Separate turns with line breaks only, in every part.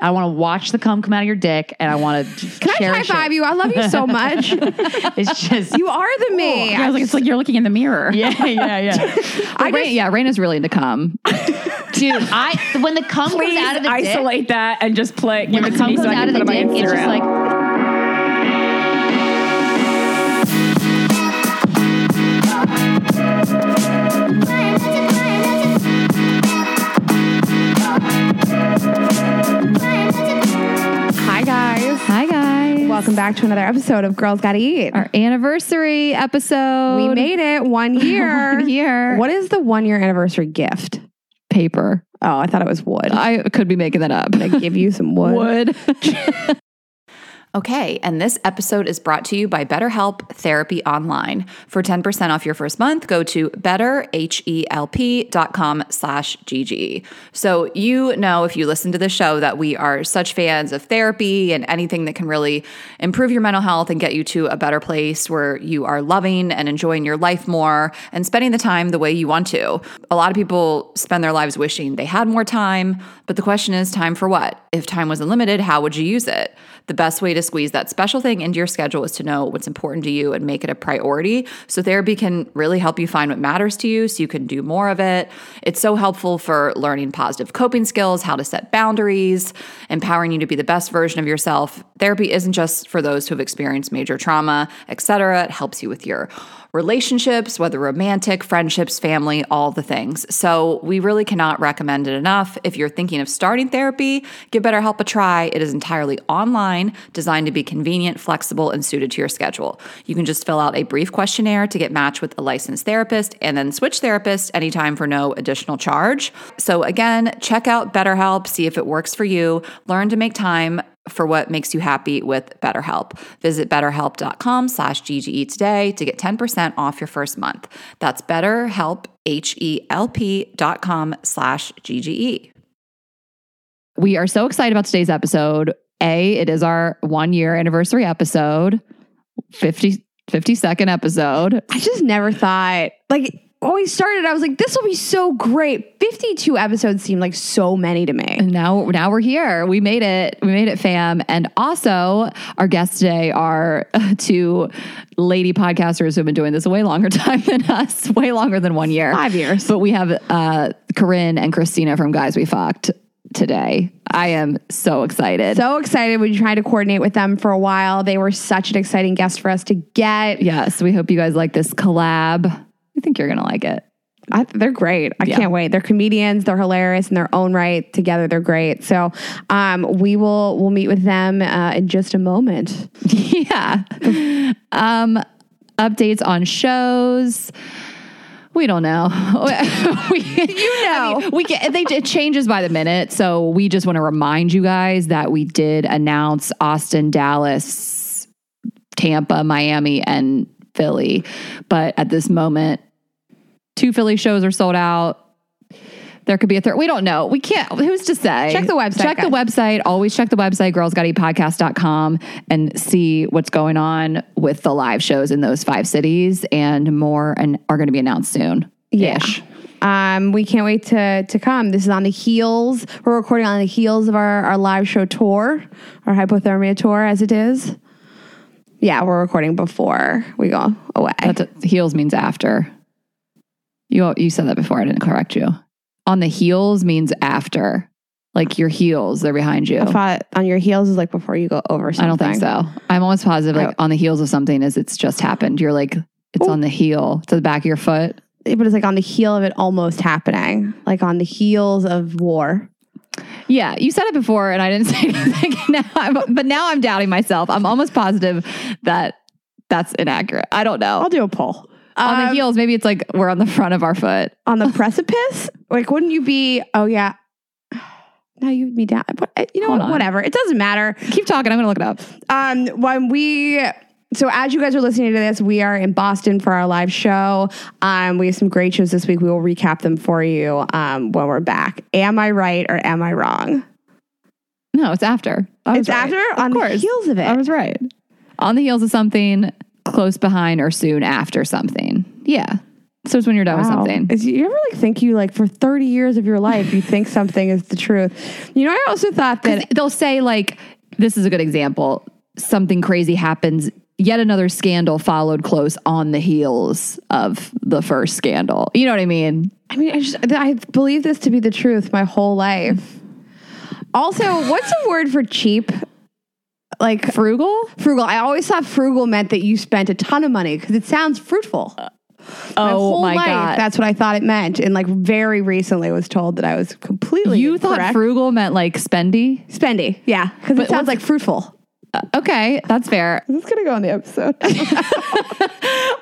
I want to watch the cum come out of your dick, and I want to.
Can I high five you? I love you so much.
It's just
you are the me.
Yeah, I was like, it's like you're looking in the mirror.
yeah, yeah, yeah.
I yeah, Raina's really into cum.
Dude, I when the cum
Please
comes out of the dick,
isolate that and just play. Give
when
it
the
to
cum
me so
comes
I
out
can
of
put
the
it
dick,
on my
it's just
Instagram.
like
Hi guys.
Hi guys.
Welcome back to another episode of Girls Gotta Eat.
Our anniversary episode.
We made it one year.
One year.
What is the one year anniversary gift?
paper?
Oh, I thought it was wood.
I could be making that up.
I give you some
Would
wood.
Okay, and this episode is brought to you by BetterHelp Therapy Online. For 10% off your first month, go to E betterhelp.com slash GGE. So you know if you listen to the show that we are such fans of therapy and anything that can really improve your mental health and get you to a better place where you are loving and enjoying your life more and spending the time the way you want to. A lot of people spend their lives wishing they had more time, but the question is time for what? If time was unlimited, how would you use it? The best way to squeeze that special thing into your schedule is to know what's important to you and make it a priority. So, therapy can really help you find what matters to you so you can do more of it. It's so helpful for learning positive coping skills, how to set boundaries, empowering you to be the best version of yourself. Therapy isn't just for those who have experienced major trauma, etc., it helps you with your relationships, whether romantic, friendships, family, all the things. So, we really cannot recommend it enough. If you're thinking of starting therapy, give BetterHelp a try. It is entirely online, designed to be convenient, flexible, and suited to your schedule. You can just fill out a brief questionnaire to get matched with a licensed therapist and then switch therapists anytime for no additional charge. So, again, check out BetterHelp, see if it works for you, learn to make time for what makes you happy with BetterHelp. Visit betterhelp.com slash GGE today to get 10% off your first month. That's betterhelp, H-E-L-P dot com slash E. GGE.
we are so excited about today's episode. A, it is our one year anniversary episode, 50, 50 second episode.
I just never thought like when we started, I was like, this will be so great. 52 episodes seemed like so many to me.
And now, now we're here. We made it. We made it, fam. And also, our guests today are uh, two lady podcasters who've been doing this a way longer time than us, way longer than one year.
Five years.
But we have uh, Corinne and Christina from Guys We Fucked today. I am so excited.
So excited. We tried to coordinate with them for a while. They were such an exciting guest for us to get.
yes, we hope you guys like this collab. I think you're going to like it.
I, they're great. I can't wait. They're comedians. They're hilarious in their own right. Together, they're great. So, um, we will we'll meet with them uh, in just a moment.
yeah. Um, updates on shows. We don't know. we, you know, we can, they, it changes by the minute. So we just want to remind you guys that we did announce Austin, Dallas, Tampa, Miami, and Philly. But at this moment, two Philly shows are sold out. There could be a third. We don't know. We can't. Who's to say?
Check the website,
Check the website. Always check the website, girlsgottypodcast.com, and see what's going on with the live shows in those five cities and more and are going to be announced soon.
Yeah.
Ish.
Um, we can't wait to to come. This is on the heels. We're recording on the heels of our our live show tour, our hypothermia tour, as it is. Yeah, we're recording before we go away.
That's heels means after. You you said that before. I didn't correct you. On the heels means after. Like your heels, they're behind you.
I thought on your heels is like before you go over something.
I don't think so. I'm almost positive. Like on the heels of something is it's just happened. You're like it's on the heel to the back of your foot.
But it's like on the heel of it almost happening, like on the heels of war.
Yeah, you said it before, and I didn't say anything. now, I'm, but now I'm doubting myself. I'm almost positive that that's inaccurate. I don't know.
I'll do a poll.
on the
Um,
heels, maybe it's like we're on the front of our foot.
on the precipice? Like, wouldn't you be? Oh yeah. Now you'd be down. But uh, you know
Hold
what?
on.
Whatever. It doesn't matter.
Keep talking. I'm gonna look it up.
Um, when we. So as you guys are listening to this, we are in Boston for our live show. Um, we have some great shows this week. We will recap them for you um, when we're back. Am I right or am I wrong?
No, it's after. I was
It's
right.
after
Of
on the
course.
heels of
I
it.
was right. On the heels of something, close behind or soon after something. Yeah. So it's when you're done with something.
Oh. Is- you ever like think you like for 30 years of your life you think something is the truth. You know, I also thought that
they'll say like this is a good example something crazy happens yet another scandal followed close on the heels of the first scandal you know what i mean
I mean I just I believe this to be the truth my whole life. Also, what's a word for cheap? Like
frugal
frugal. I always thought frugal meant that you spent a ton of money because it sounds fruitful.
Uh,
my
oh
whole life, that's what I thought it meant. And like very recently was told that I was completely
you thought
incorrect.
frugal meant like spendy
spendy. Yeah, because it sounds like fruitful.
okay that's fair
This is gonna go on the episode.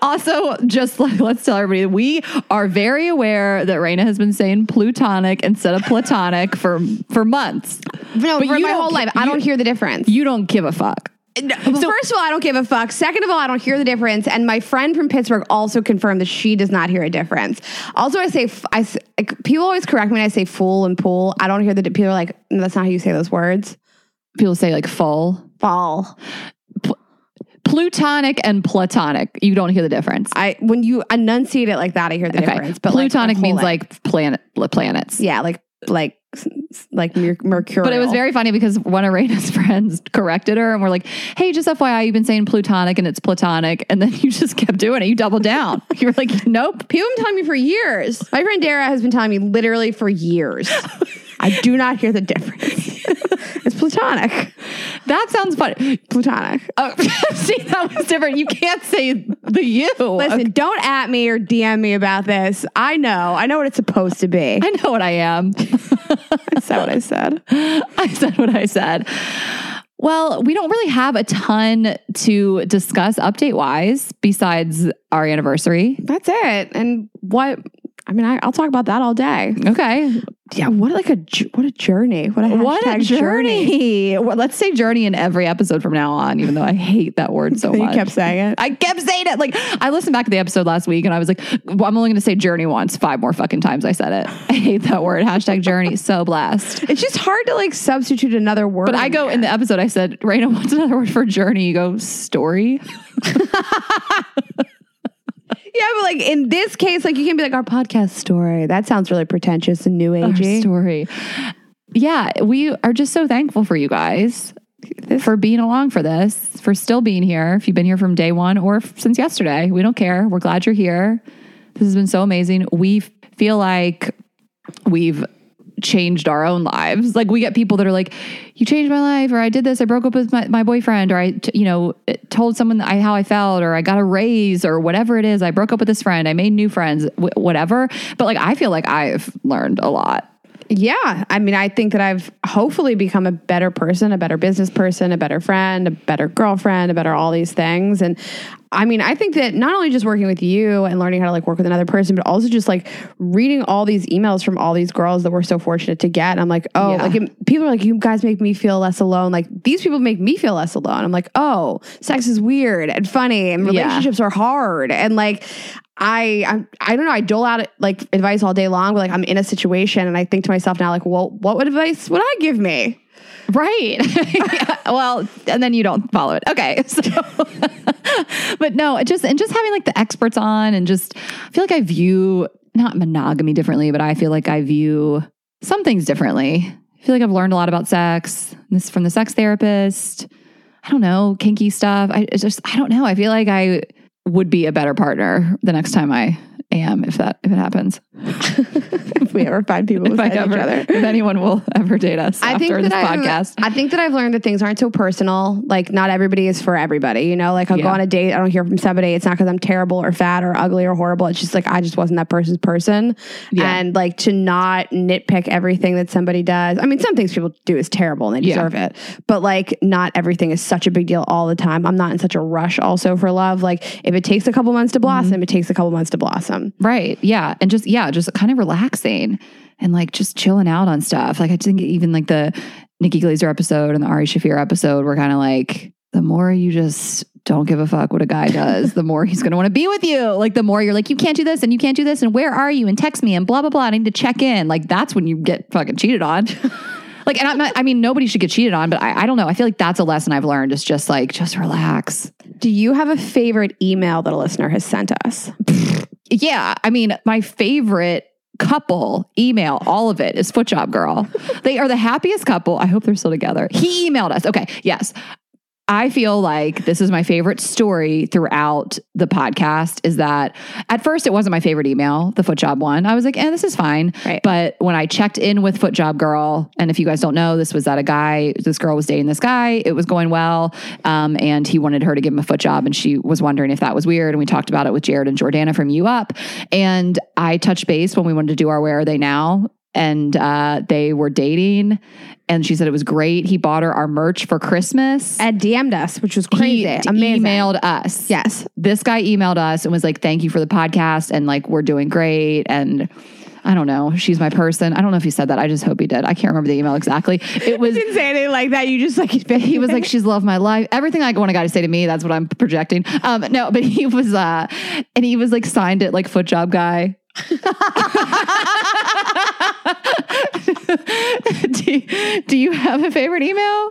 also just like let's tell everybody we are very aware that Raina has been saying plutonic instead of platonic for for months
no,
But
for
you
my whole
don't-
life, I
you-
don't hear the difference.
you don't give a fuck
Well, first of all, I don't give a fuck. Second of all, I don't hear the difference. And my friend from Pittsburgh also confirmed that she does not hear a difference. Also, I say f- I s- like, people always correct me when I say fool and pool. I don't hear the di- people are like no, that's not how you say those words.
people say like full
Fall.
plutonic and platonic you don't hear the difference
I when you enunciate it like that, I hear the difference. But like, my
plutonic
whole
means
life-
like planet pl- planets.
yeah, like like s- s- like mer- mercurial.
But it was very funny because one of Raina's friends corrected her and we're like, hey, just FYI, you've been saying plutonic and it's platonic. And then you just kept doing it. You doubled down. you were like, nope.
People have been telling me for years. My friend Dara has been telling me literally for years. I do not hear the difference. it's platonic.
That sounds funny.
Platonic.
Oh, see, that was different. You can't say the you.
Listen, don't at me or DM me about this. I know. I know what it's supposed to be.
I know what I am.
Is that what I said?
I said what I said. Well, we don't really have a ton to discuss update wise besides our anniversary.
That's it. And what? I mean, I, I'll talk about that all day.
Okay.
Yeah. What like a ju- what a journey. What a
What a
hashtag
journey. Well, let's say journey in every episode from now on, even though I hate that word so
That you
much.
kept saying it.
I kept saying it. Like, I listened back to the episode last week and I was like, well, I'm only going to say journey once. Five more fucking times I said it. I hate that word. Hashtag journey. So blessed.
It's just hard to like substitute another word.
But I go in the episode, I said, Raina, what's another word for journey? You go, story.
yeah, but like in this case, like you can be like our podcast story. That sounds really pretentious and new
Our
agey.
story. Yeah, we are just so thankful for you guys for being along for this, for still being here. If you've been here from day one or f- since yesterday, we don't care. We're glad you're here. This has been so amazing. We f- feel like we've changed our own lives. Like we get people that are like, "You changed my life," or "I did this. I broke up with my, my boyfriend," or "I, t- you know, told someone I, how I felt," or "I got a raise," or whatever it is. I broke up with this friend. I made new friends. Wh- whatever. But like, I feel like I've learned a lot.
Yeah. I mean, I think that I've hopefully become a better person, a better business person, a better friend, a better girlfriend, a better all these things. And I mean, I think that not only just working with you and learning how to like work with another person, but also just like reading all these emails from all these girls that we're so fortunate to get. And I'm like, oh,
Yeah.
like it, people are like, you guys make me feel less alone. Like these people make me feel less alone. I'm like, oh, sex is weird and funny and
Yeah.
relationships relationships are hard and like I, I I don't know I dole out like advice all day long but like I'm in a situation and I think to myself now like well what would advice would I give me
Right. Yeah, Well, and then you don't follow it. Okay. So, but no, it just and just having like the experts on and just I feel like I view not monogamy differently, but I feel like I view some things differently. I feel like I've learned a lot about sex. This from the sex therapist. I don't know, kinky stuff. I it's just I don't know. I feel like I would be a better partner the next time I am if that if it happens.
if we ever find people
If I
beside each
ever
other
if anyone will ever date us after this
I,
podcast.
I think that I've learned that things aren't so personal. Like not everybody is for everybody. You know, like I'll go
Yeah.
on a date, I don't hear from somebody. It's not because I'm terrible or fat or ugly or horrible. It's just like I just wasn't that person's person.
Yeah.
And like to not nitpick everything that somebody does. I mean, some things people do is terrible and they
Yeah.
deserve it. But like not everything is such a big deal all the time. I'm not in such a rush also for love. Like if it takes a couple months to blossom,
Mm-hmm.
it takes a couple months to blossom.
Right. Yeah. And just, yeah, just kind of relaxing and like just chilling out on stuff. Like I think even like the Nikki Glazer episode and the Ari Shafir episode were kind of like the more you just don't give a fuck what a guy does, the more he's going to want to be with you. Like the more you're like, you can't do this and you can't do this and where are you and text me and blah, blah, blah. I need to check in. Like that's when you get fucking cheated on. like, and I'm not, I mean, nobody should get cheated on, but I, I don't know. I feel like that's a lesson I've learned is just like, just relax.
Do you have a favorite email that a listener has sent us?
yeah, I mean, my favorite couple email, all of it is Foot Job Girl. they are the happiest couple. I hope they're still together. He emailed us. Okay, yes. I feel like this is my favorite story throughout the podcast is that at first it wasn't my favorite email, the foot job one. I was like, eh, this is fine.
Right.
But when I checked in with Foot Job Girl, and if you guys don't know, this was that a guy, this girl was dating this guy, it was going well. Um, and he wanted her to give him a foot job, and she was wondering if that was weird. And we talked about it with Jared and Jordana from You Up. And I touched base when we wanted to do our Where Are They Now? And uh, they were dating, and she said it was great. He bought her our merch for Christmas.
Ed DM'd us, which was crazy.
He
Amazing.
emailed us.
Yes.
This guy emailed us and was like, thank you for the podcast. And like, we're doing great. And I don't know. She's my person. I don't know if he said that. I just hope he did. I can't remember the email exactly. It was,
Didn't say anything like that. You just like
he was like, she's loved my life. Everything I want a guy to say to me, that's what I'm projecting. Um, no, but he was, uh, and he was like signed it like foot job guy. do, do you have a favorite email?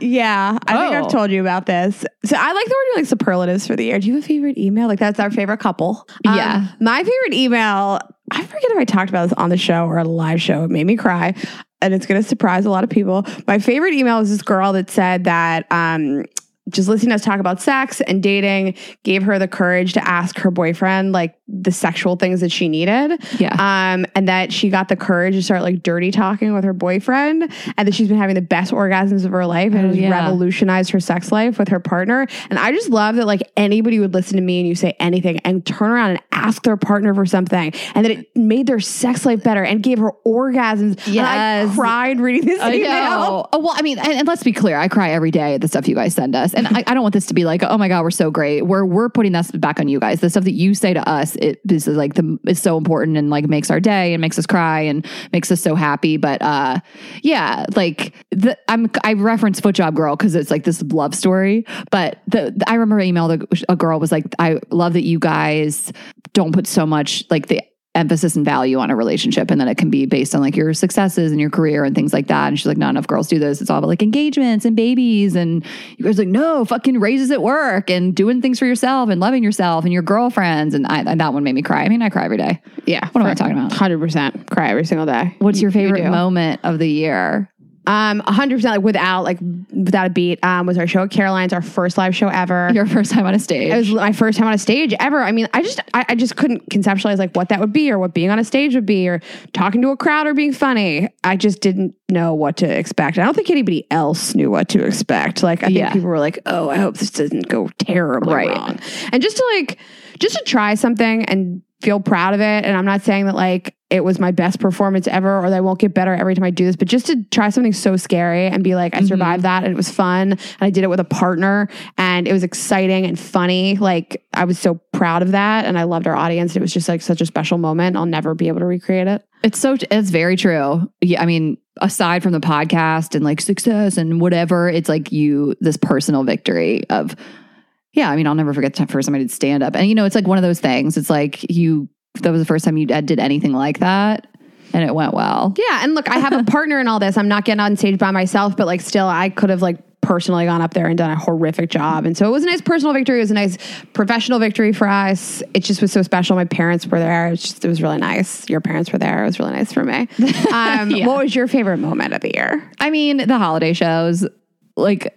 Yeah, I think
Oh.
I've told you about this. So I like that we're doing like superlatives for the year. Do you have a favorite email? Like that's our favorite couple. Um,
Yeah.
my favorite email. I forget if I talked about this on the show or a live show. It made me cry, and it's going to surprise a lot of people. My favorite email is this girl that said that. Um, just listening to us talk about sex and dating gave her the courage to ask her boyfriend like the sexual things that she needed.
Yeah.
Um, and that she got the courage to start like dirty talking with her boyfriend, and that she's been having the best orgasms of her life, and
Oh,
it has
yeah.
revolutionized her sex life with her partner. And I just love that like anybody would listen to me and you say anything and turn around and ask their partner for something, and that it made their sex life better and gave her orgasms. And I
Yes.
cried reading this
I
email.
know. Oh, well, I mean, and, and let's be clear. I cry every day at the stuff you guys send us, and I, I don't want this to be like, oh my god, we're so great. We're we're putting this back on you guys. The stuff that you say to us, it is like the is so important and like makes our day and makes us cry and makes us so happy. But uh, yeah, like the I'm I reference Foot Job Girl because it's like this love story. But the, I remember an email that a girl was like, I love that you guys don't put so much like the emphasis and value on a relationship and then it can be based on like your successes and your career and things like that and she's like not enough girls do this it's all about like engagements and babies and you guys are like no fucking raises at work and doing things for yourself and loving yourself and your girlfriends and, I, and that one made me cry i mean i cry every day
Yeah.
what am i talking about
Hundred percent cry every single day.
what's your favorite
do.
moment of the year
Um, hundred percent, like without like without a beat. Um, was our show at Caroline's, our first live show ever.
your first time on a stage
it was my first time on a stage ever. I mean, I just I, I just couldn't conceptualize like what that would be or what being on a stage would be or talking to a crowd or being funny. I just didn't know what to expect. I don't think anybody else knew what to expect. Like I think
Yeah.
people were like, "Oh, I hope this doesn't go terribly wrong," and just to like just to try something and feel proud of it. And I'm not saying that like it was my best performance ever or that I won't get better every time I do this, but just to try something so scary and be like, I survived that and it was fun. And I did it with a partner and it was exciting and funny. Like I was so proud of that and I loved our audience. It was just like such a special moment. I'll never be able to recreate it.
It's so it's very true. Yeah, I mean, aside from the podcast and like success and whatever, it's like you this personal victory of yeah, I mean, I'll never forget the first time I did stand up. And you know, it's like one of those things. It's like you that was the first time you uh, did did anything like that and it went well.
Yeah. And look, I have a partner in all this. I'm not getting on stage by myself, but like still, I could have like personally gone up there and done a horrific job. And so it was a nice personal victory. It was a nice professional victory for us. It just was so special. My parents were there. It was, just, it was really nice. Your parents were there. It was really nice for me. Um, What was your favorite moment of the year?
I mean, the holiday shows, like,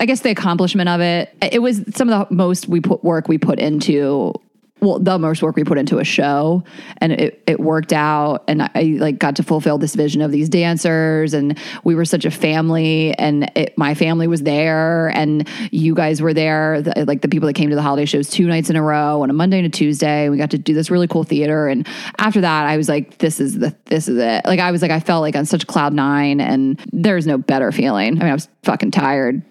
I guess the accomplishment of it, it was some of the most we put work we put into. Well, the most work we put into a show, and it, it worked out, and I, I like got to fulfill this vision of these dancers, and we were such a family, and it, my family was there, and you guys were there, the, like the people that came to the holiday shows two nights in a row on a Monday and a Tuesday. We got to do this really cool theater, and after that, I was like, this is the this is it. Like I was like, I felt like on such cloud nine, and there's no better feeling. I mean, I was fucking tired.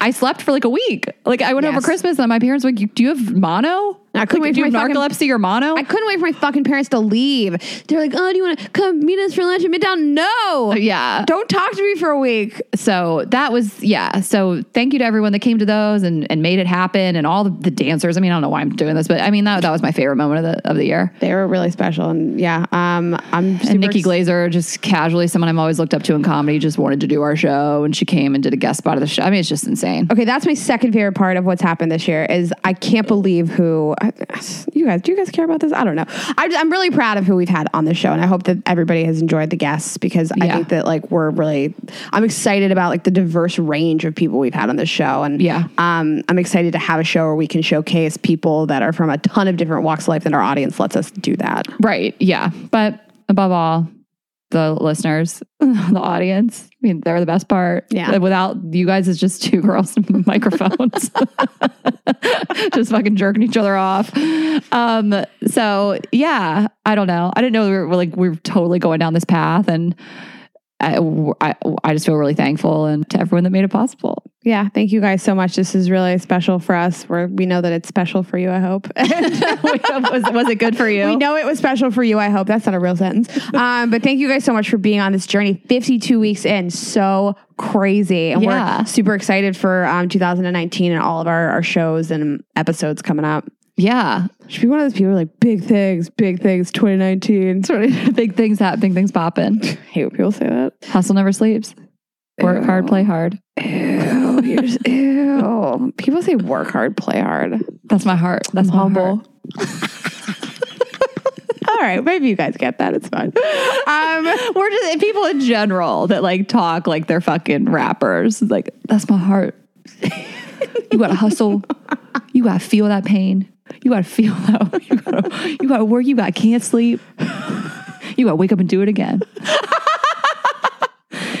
I slept for like a week. Like I went over
Yes.
Christmas, and my parents were like, you, "Do you have mono?
I couldn't
like,
wait
do you
for
have
my fucking-
narcolepsy or mono?"
I couldn't wait for my fucking parents to leave. They're like, oh, do you want to come meet us for lunch at Midtown? No.
yeah.
Don't talk to me for a week.
so that was yeah so thank you to everyone that came to those and, and made it happen and all the, the dancers i mean i don't know why i'm doing this but i mean that, that was my favorite moment of the, of the year
They were really special. And yeah, um, I'm super
and nikki glazer just casually someone i've always looked up to in comedy just wanted to do our show and she came and did a guest spot of the show i mean it's just insane
Okay, that's my second favorite part of what's happened this year is I can't believe who I, you guys, do you guys care about this? I don't know. I, am really proud of who we've had on this show, and I hope that everybody has enjoyed the guests because I
Yeah.
think that like we're really, I'm excited about like the diverse range of people we've had on this show, and
Yeah.
um, I'm excited to have a show where we can showcase people that are from a ton of different walks of life, and our audience lets us do that.
Right. Yeah. But above all, the listeners, the audience. I mean, they're the best part.
Yeah.
Uh, Without you guys, it's just two girls and microphones, just fucking jerking each other off. Um. So yeah, I don't know. I didn't know we were like we were totally going down this path, and I, I, I just feel really thankful and to everyone that made it possible.
Yeah, thank you guys so much. This is really special for us. We're, we know that it's special for you. I hope.
was, was it good for you?
We know it was special for you. I hope that's not a real sentence. Um, but thank you guys so much for being on this journey. Fifty-two weeks in, so crazy, and
Yeah.
we're super excited for um, 2019 and all of our, our shows and episodes coming up.
Yeah.
Should be one of those people who are like big things, big things, 2019.
Sort of big things happen. Big things popping.
I hate when people say that.
Hustle never sleeps. Work hard, play hard.
Ew, you're just- ew. People say work hard, play hard.
That's my heart. That's my heart.
humble. all right, maybe you guys get that. It's fine. Um,
We're just people in general that like talk like they're fucking rappers. It's Like that's my heart. you gotta hustle. You gotta feel that pain. You gotta feel that. You gotta, you gotta work. You gotta can't sleep. You gotta wake up and do it again.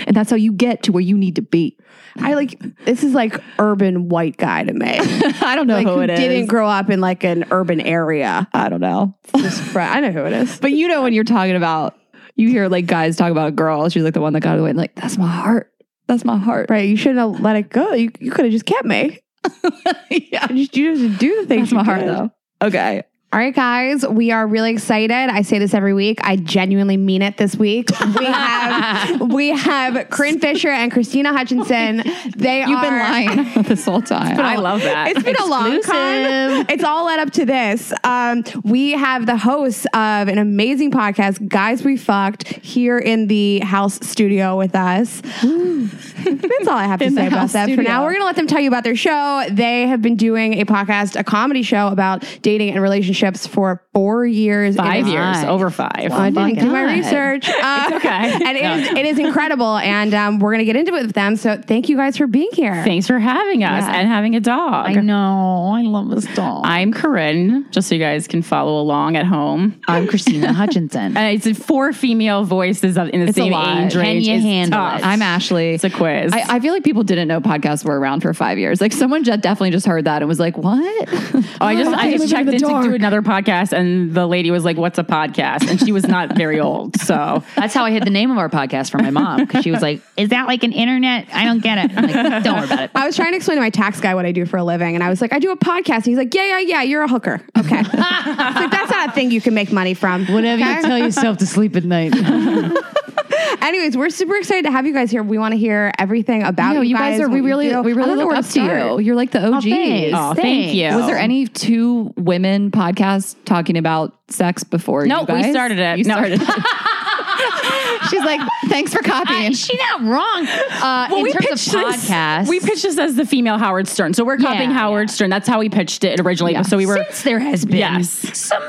and that's how you get to where you need to be.
I like this is like urban white guy to me.
I don't know
like
who it is.
didn't grow up in like an urban area.
I don't know.
Just fr- I know who it is.
But you know when you're talking about, you hear like guys talk about a girl. She's like the one that got away. And like that's my heart. That's my heart.
Right, you shouldn't have let it go. You, you could have just kept me.
yeah.
You just you just do the things.
That's my
you
heart
did.
though. Okay.
All right, guys, we are really excited. I say this every week. I genuinely mean it this week. We have we have Corinne Fisher and Christina Hutchinson. They
You've
are
been lying this whole time.
I love that.
It's been a long time. It's all led up to this. Um, we have the hosts of an amazing podcast, Guys We Fucked, here in the house studio with us. That's all I have to
In the
say about
house
that for
studio.
now. We're going to let them tell you about their show. They have been doing a podcast, a comedy show about dating and relationships for four years. in
Five
a
years, Oh
Nice.
over five.
I didn't do my
God.
research. Uh,
okay.
And it
No,
is it is incredible. And um, we're going to get into it with them. So thank you guys for being here.
Thanks for having us
Yeah.
and having a dog.
I know. I love this doll.
I'm Corinne, just so you guys can follow along at home.
I'm Christina Hutchinson.
And it's four female voices of in the
a
same
lot.
age
Can
range.
you
It's
handle
tough.
it?
I'm Ashley.
It's a quiz.
I, I feel like people didn't know podcasts were around for five years. Like someone ju- definitely just heard that and was like, "What?"
Oh, I just I
Okay,
just
moving
checked
to the
in to do
dark.
another podcast, and the lady was like, "What's a podcast?" And she was not very old, so
That's how I hid the name of our podcast from my mom because she was like, "Is that like an internet? I don't get it." I'm like, don't worry about it.
I was trying to explain to my tax guy what I do for a living, and I was like, I do a podcast. And he's like, Yeah, yeah, yeah, you're a hooker. Okay. It's like, that's not a thing you can make money from.
Whatever you tell yourself to sleep at night.
Anyways, we're super excited to have you guys here. We want to hear everything about
no,
you,
you guys are.
what
We
you
really,
do.
we
I
really
don't know
look
where
up to you.
start.
You're like the OGs.
thanks.
oh, thank
Thanks.
you.
Was there any two women podcasts talking about sex before?
No,
you guys?
we started it.
You
No.
started. She's like, "Thanks for copying."
She's not wrong. Uh, in terms of podcasts,
This, we pitched this as the female Howard Stern, so we're copying
Yeah,
Howard Stern. That's how we pitched it originally. So we were
since there has been
Yes.
some,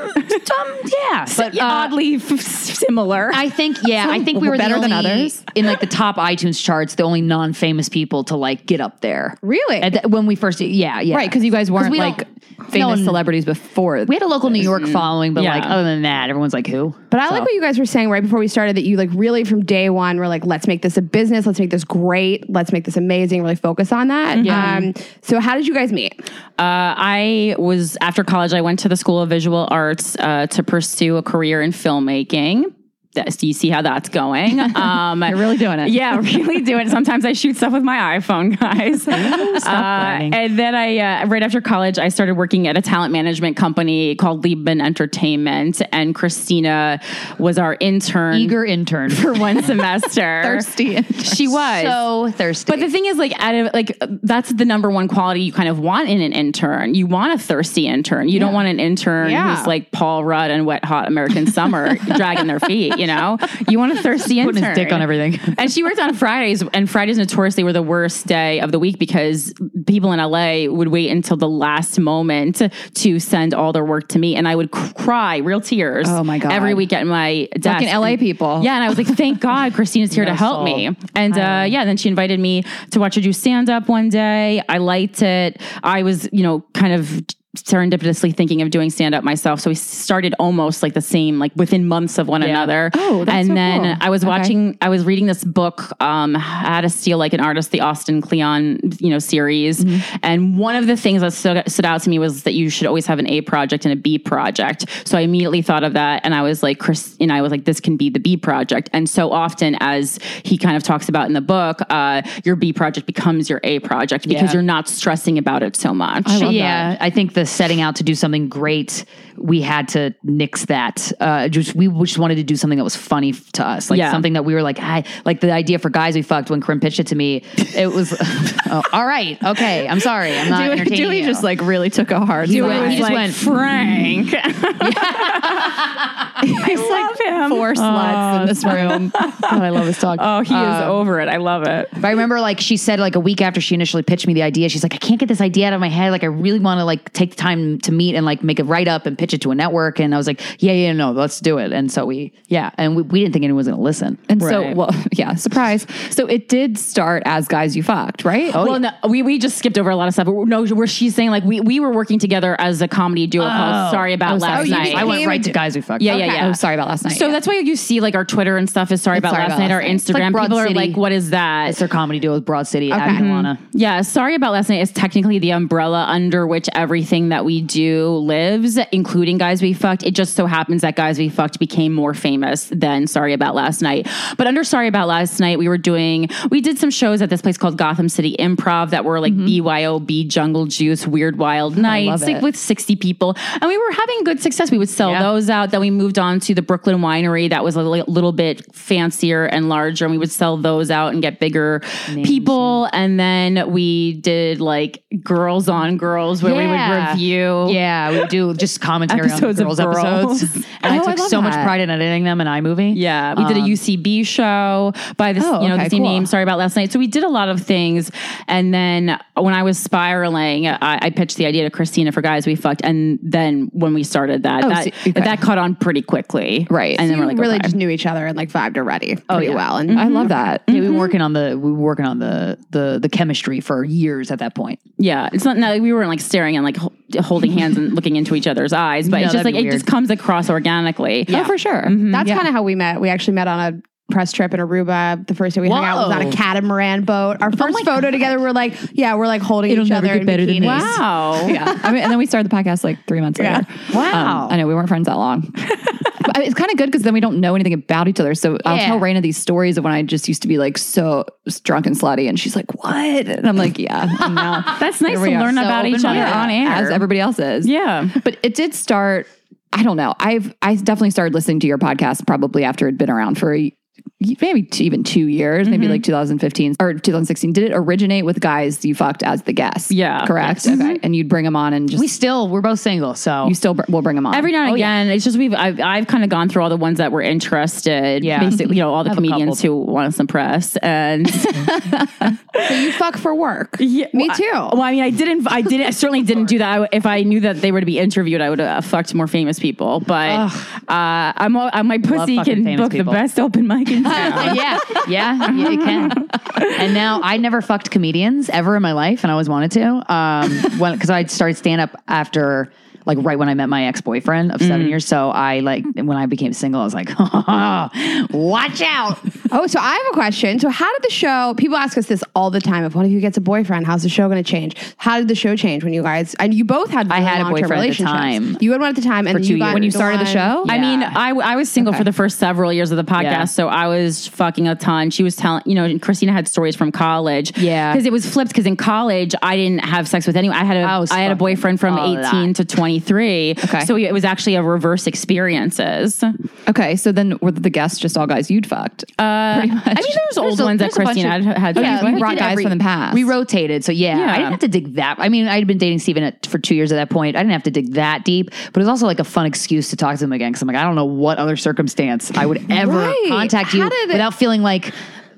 some, yeah,
but,
uh,
oddly f- similar.
I think yeah, I think we were
better
the
than
only-
others.
in like the top iTunes charts. The only non-famous people to like get up there.
Really?
At the- when we first yeah yeah
Right, because you guys weren't
we don't-
like
no
famous
one-
celebrities before.
We had a local New York following, but
Yeah.
like other than that, everyone's like who?
But I like what you guys were saying right before we started that you like really from day one were like, let's make this a business, let's make this great, let's make this amazing, really focus on that. Um, so how did you guys meet?
Uh, I was after college. I went to the School of Visual Arts uh, to pursue a career in filmmaking. That's- Do you see how that's going? Um, You're
really doing it.
Yeah, really doing it. Sometimes I shoot stuff with my iPhone, guys. Uh,
bragging.
and then I, uh, right after college, I started working at a talent management company called Liebman Entertainment, and Christina was our intern
Eager intern.
for one semester.
thirsty.
She was
so thirsty.
but the thing is, like, out of like, uh, that's the number one quality you kind of want in an intern. You want a thirsty intern. You don't want an intern
Yeah.
who's like Paul Rudd and Wet Hot American Summer dragging their feet. you know? You want a thirsty intern.
Putting his dick on everything.
and she worked on Fridays, and Fridays notoriously were the worst day of the week because people in LA would wait until the last moment to send all their work to me, and I would c- cry real tears.
Oh, my God.
Every week at my desk,
Fucking LA people.
Yeah, and I was like, thank God Christina's here to help
soul.
me. And uh, yeah, then she invited me to watch her do stand up one day. I liked it. I was, you know, kind of serendipitously thinking of doing stand up myself. So we started almost like the same, like within months of one another.
Oh, that's
And
so
then
cool.
I was watching, I was reading this book, um, How to Steal Like an Artist, the Austin Kleon, you know, series.
Mm-hmm.
And one of the things that stood, stood out to me was that you should always have an A project and a B project. So I immediately thought of that. And I was like, Chris, and I was like, this can be the B project. And so often, as he kind of talks about in the book, uh, your B project becomes your A project because
Yeah.
you're not stressing about it so much.
yeah, I think the setting out to do something great, we had to nix that. Uh, just we just wanted to do something that was funny f- to us, like
Yeah.
something that we were like, I like the idea for guys we fucked when Krim pitched it to me. It was oh, all right, okay. I'm sorry, I'm not entertaining you.
just like really took a hard
Dewey
line.
was
He's
like,
went
Frank.
He's like four sluts in this room. God, I love this dog.
Oh, he is over it. I love it.
But I remember like she said like a week after she initially pitched me the idea, she's like, I can't get this idea out of my head. Like I really want to like take the time to meet and like make a write up and pitch it to a network. And I was like, Yeah, yeah, no, let's do it. And so we yeah, and we, we didn't think anyone was gonna listen.
and so,
Right.
well, yeah, surprise. So it did start as guys you fucked, right?
Oh,
well, no, we, we just skipped over a lot of stuff. But no, where she's saying like we, we were working together as a comedy duo called Sorry About Last
Oh. you
Night.
I went
became
right
a-
to guys we fucked.
yeah, yeah, yeah.
Oh, sorry about last night.
So
yeah.
that's why you see like our Twitter and stuff is Sorry About
Sorry
Last
About
Night.
Last
Our
Night. It's
like
Instagram
Broad
people
City.
are like, what is that?
It's their comedy duo with Broad City, Abby
Mm.
Milana.
Yeah, sorry about last night. It's technically the umbrella under which everything that we do lives, including Guys We Fucked. It just so happens that Guys We Fucked became more famous than Sorry About Last Night. But under Sorry About Last Night, we were doing, we did some shows at this place called Gotham City Improv that were like
Mm-hmm.
BYOB, Jungle Juice, Weird Wild Nights, like with 60 people. And we were having good success. We would sell those out. Then we moved on to the Brooklyn Winery that was a li- little bit fancier and larger. And we would sell those out and get bigger people. And then we did like girls on girls where
Yeah.
we would review.
Yeah, we would do just commentary
Episodes
on
of
girls,
girls.
episodes. And I
Oh, I
took
love
so much
that.
pride in editing them in iMovie.
Yeah, we did a
Um,
UCB show by the
Oh,
you know
okay,
the same
cool.
name. Sorry about last night. So we did a lot of things, and then when I was spiraling, I, I pitched the idea to Christina for guys we fucked, and then when we started that,
Oh,
that,
so- okay.
that caught on pretty quickly,
Right.
And then
you
we're like,
really
okay.
just knew each other and like vibed already
Oh,
pretty well. And
Mm-hmm.
I love that.
Yeah, we were working on the we were working on the the the chemistry for years at that point.
yeah, it's not no, we weren't like staring and like hol- holding hands and looking into each other's eyes, but
No,
it's just
that'd
like
be
it
weird.
just comes across organically.
Oh, for sure.
Mm-hmm.
that's kind of how we met. We actually met on a press trip in Aruba. The first day we hung out was on a
Whoa. Oh
catamaran boat. Our first photo together, we're like, yeah, we're like holding
It'll
each
never
other.
get
in
better than
bikinis.
this.
Wow.
yeah. I mean, and then we started the podcast like three months later. Um,
Wow.
I know we weren't friends that long. but I- it's kind of good because then we don't know anything about each other. So I'll
Yeah.
tell Raina these stories of when I just used to be like so drunk and slutty, and she's like, "What?" And I'm like, "Yeah, and now
That's nice to
we are.
learn
So
about each other
open-minded,
on air.
as everybody else is."
yeah.
but it did start. I don't know. I've I definitely started listening to your podcast probably after it'd been around for a, maybe two, even two years, maybe
Mm-hmm.
like 2015 or 2016. Did it originate with guys you fucked as the guest?
Yeah.
correct. Okay, and you'd bring them on and just
We still we're both single, so
you still br- will bring them on
Every now and again, Oh, it's just we've I've, I've kind of gone through all the ones that were interested.
Yeah.
basically, you know, all the
Have a
comedians who want us impressed. And
So you fuck for work. Me
Well, I-
too.
well, I mean, I didn't, I didn't, I certainly didn't do that. I, would- if I knew that they were to be interviewed, I would have fucked more famous people. But uh, I'm, all- uh, my pussy
fucking
can
famous
book
people.
the best open mic in town.
yeah, yeah, yeah, you can. And now I never fucked comedians ever in my life, and I always wanted to. Um, when because I started stand up after, like, right when I met my ex boyfriend of seven years. So I like when I became single, I was like, watch out.
Oh, so I have a question. So, how did the show? People ask us this all the time. If one of you gets a boyfriend, how's the show going to change? How did the show change when you guys? And you both had. Really
had a
long-term
boyfriend at the
relationships.
time.
You had one at the time, and
two
you got
years.
when you started the
one-
show.
I
Yeah.
mean, I, I was single for the first several years of the podcast,
Yeah.
so I was fucking a ton. She was telling, you know, and Christina had stories from college.
Yeah.
because it was flipped. Because in college, I didn't have sex with anyone. I had a I,
was
had a
fucking
boyfriend from
Oh, a lot.
eighteen to 23.
Okay.
So it was actually a reverse experiences. Uh,
Okay, so then were the guests just all guys you'd fucked?
I mean, there's old
a-
ones that
there's a bunch
Christine had.
of-
had
yeah,
had-
we brought
did
guys
every-
from the past.
We rotated, so yeah,
Yeah.
I didn't have to dig that. I mean, I had been dating Steven at, for two years at that point. I didn't have to dig that deep, but it was also like a fun excuse to talk to him again because I'm like, I don't know what other circumstance I would ever
Right.
contact you
How did it-
without feeling like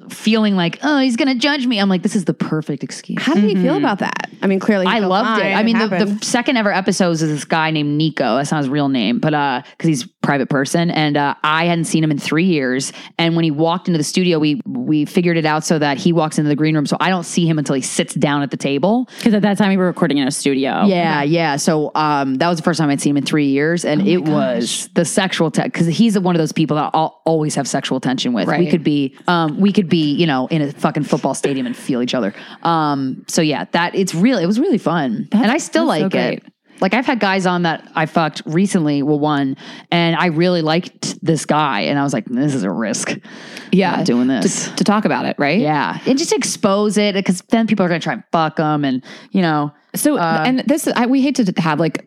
feeling like oh he's gonna judge me. I'm like, this is the perfect excuse.
How did he feel about that? Mm-hmm. I mean, clearly, he
I
felt
loved it.
fine.
I mean, the,
happened.
the second ever episode was this guy named Nico. That's not his real name, but uh, because he's a private person, and uh, I hadn't seen him in three years. And when he walked into the studio, we we figured it out so that he walks into the green room, so I don't see him until he sits down at the table.
Because at that time we were recording in a studio.
Yeah, yeah. So um, that was the first time I'd seen him in three years,
Oh
and it was the sexual tension because he's one of those people that I'll always have sexual tension with. We
Right.
could be, um, we could be, you know, in a fucking football stadium and feel each other. Um, so yeah, that it's real. It was really fun, and I still
that's so
like it.
great.
Like I've had guys on that I fucked recently. Well, one, and I really liked this guy, and I was like, this is a risk.
yeah,
not doing this.
to, to talk about it, right?
Yeah, and just expose it because then people are gonna try and fuck them, and you know. uh,
So, and this I, we hate to have like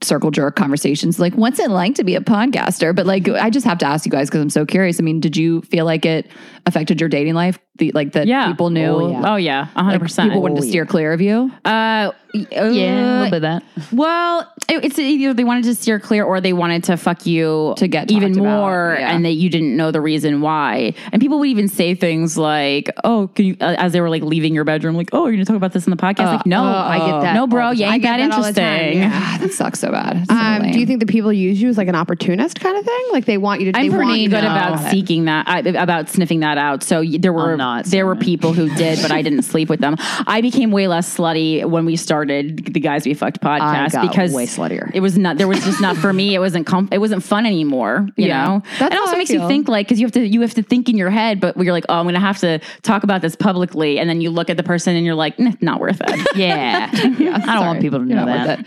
circle jerk conversations. Like, what's it like to be a podcaster? But like, I just have to ask you guys because I'm so curious. I mean, did you feel like it affected your dating life? The like that
Yeah.
people knew.
Oh, yeah. Oh,
Oh yeah,
Like,
hundred percent.
people wanted to steer clear of you.
Uh,
yeah, a
yeah,
little bit of that.
Well, it- it's either they wanted to steer clear or they wanted to fuck you
To get
even
talked about,
more,
yeah.
and that you didn't know the reason why. And people would even say things like, "Oh, can you?" uh, As they were like leaving your bedroom, like, "Oh, you're gonna talk about this in the podcast?" like, no,
oh, I get that
Uh, No, bro,
all the
you
time.
ain't
I
that,
get that all the time,
interesting.
yeah.
Ah, that sucks so bad. It's so
Um, do you
lame.
think the people use you as like an opportunist kind of thing? Like they want you to.
I'm
they want
pretty
you
good
to know
about
it.
seeking that, I, about sniffing that out. So y- there were
I'm not
there were
Simon.
people who did, but I didn't sleep with them. I became way less slutty when we started the guys we fucked podcast
got
because
way sluttier.
It was not there was just not for me. It wasn't comf- it wasn't fun anymore. You
Yeah.
know,
That's
and it
how
also
I
makes you
feel.
think like because you have to you have to think in your head, but you're like, oh, I'm gonna have to talk about this publicly, and then you look at the person and you're like, nah, not worth it.
Yeah. I don't want people to know that.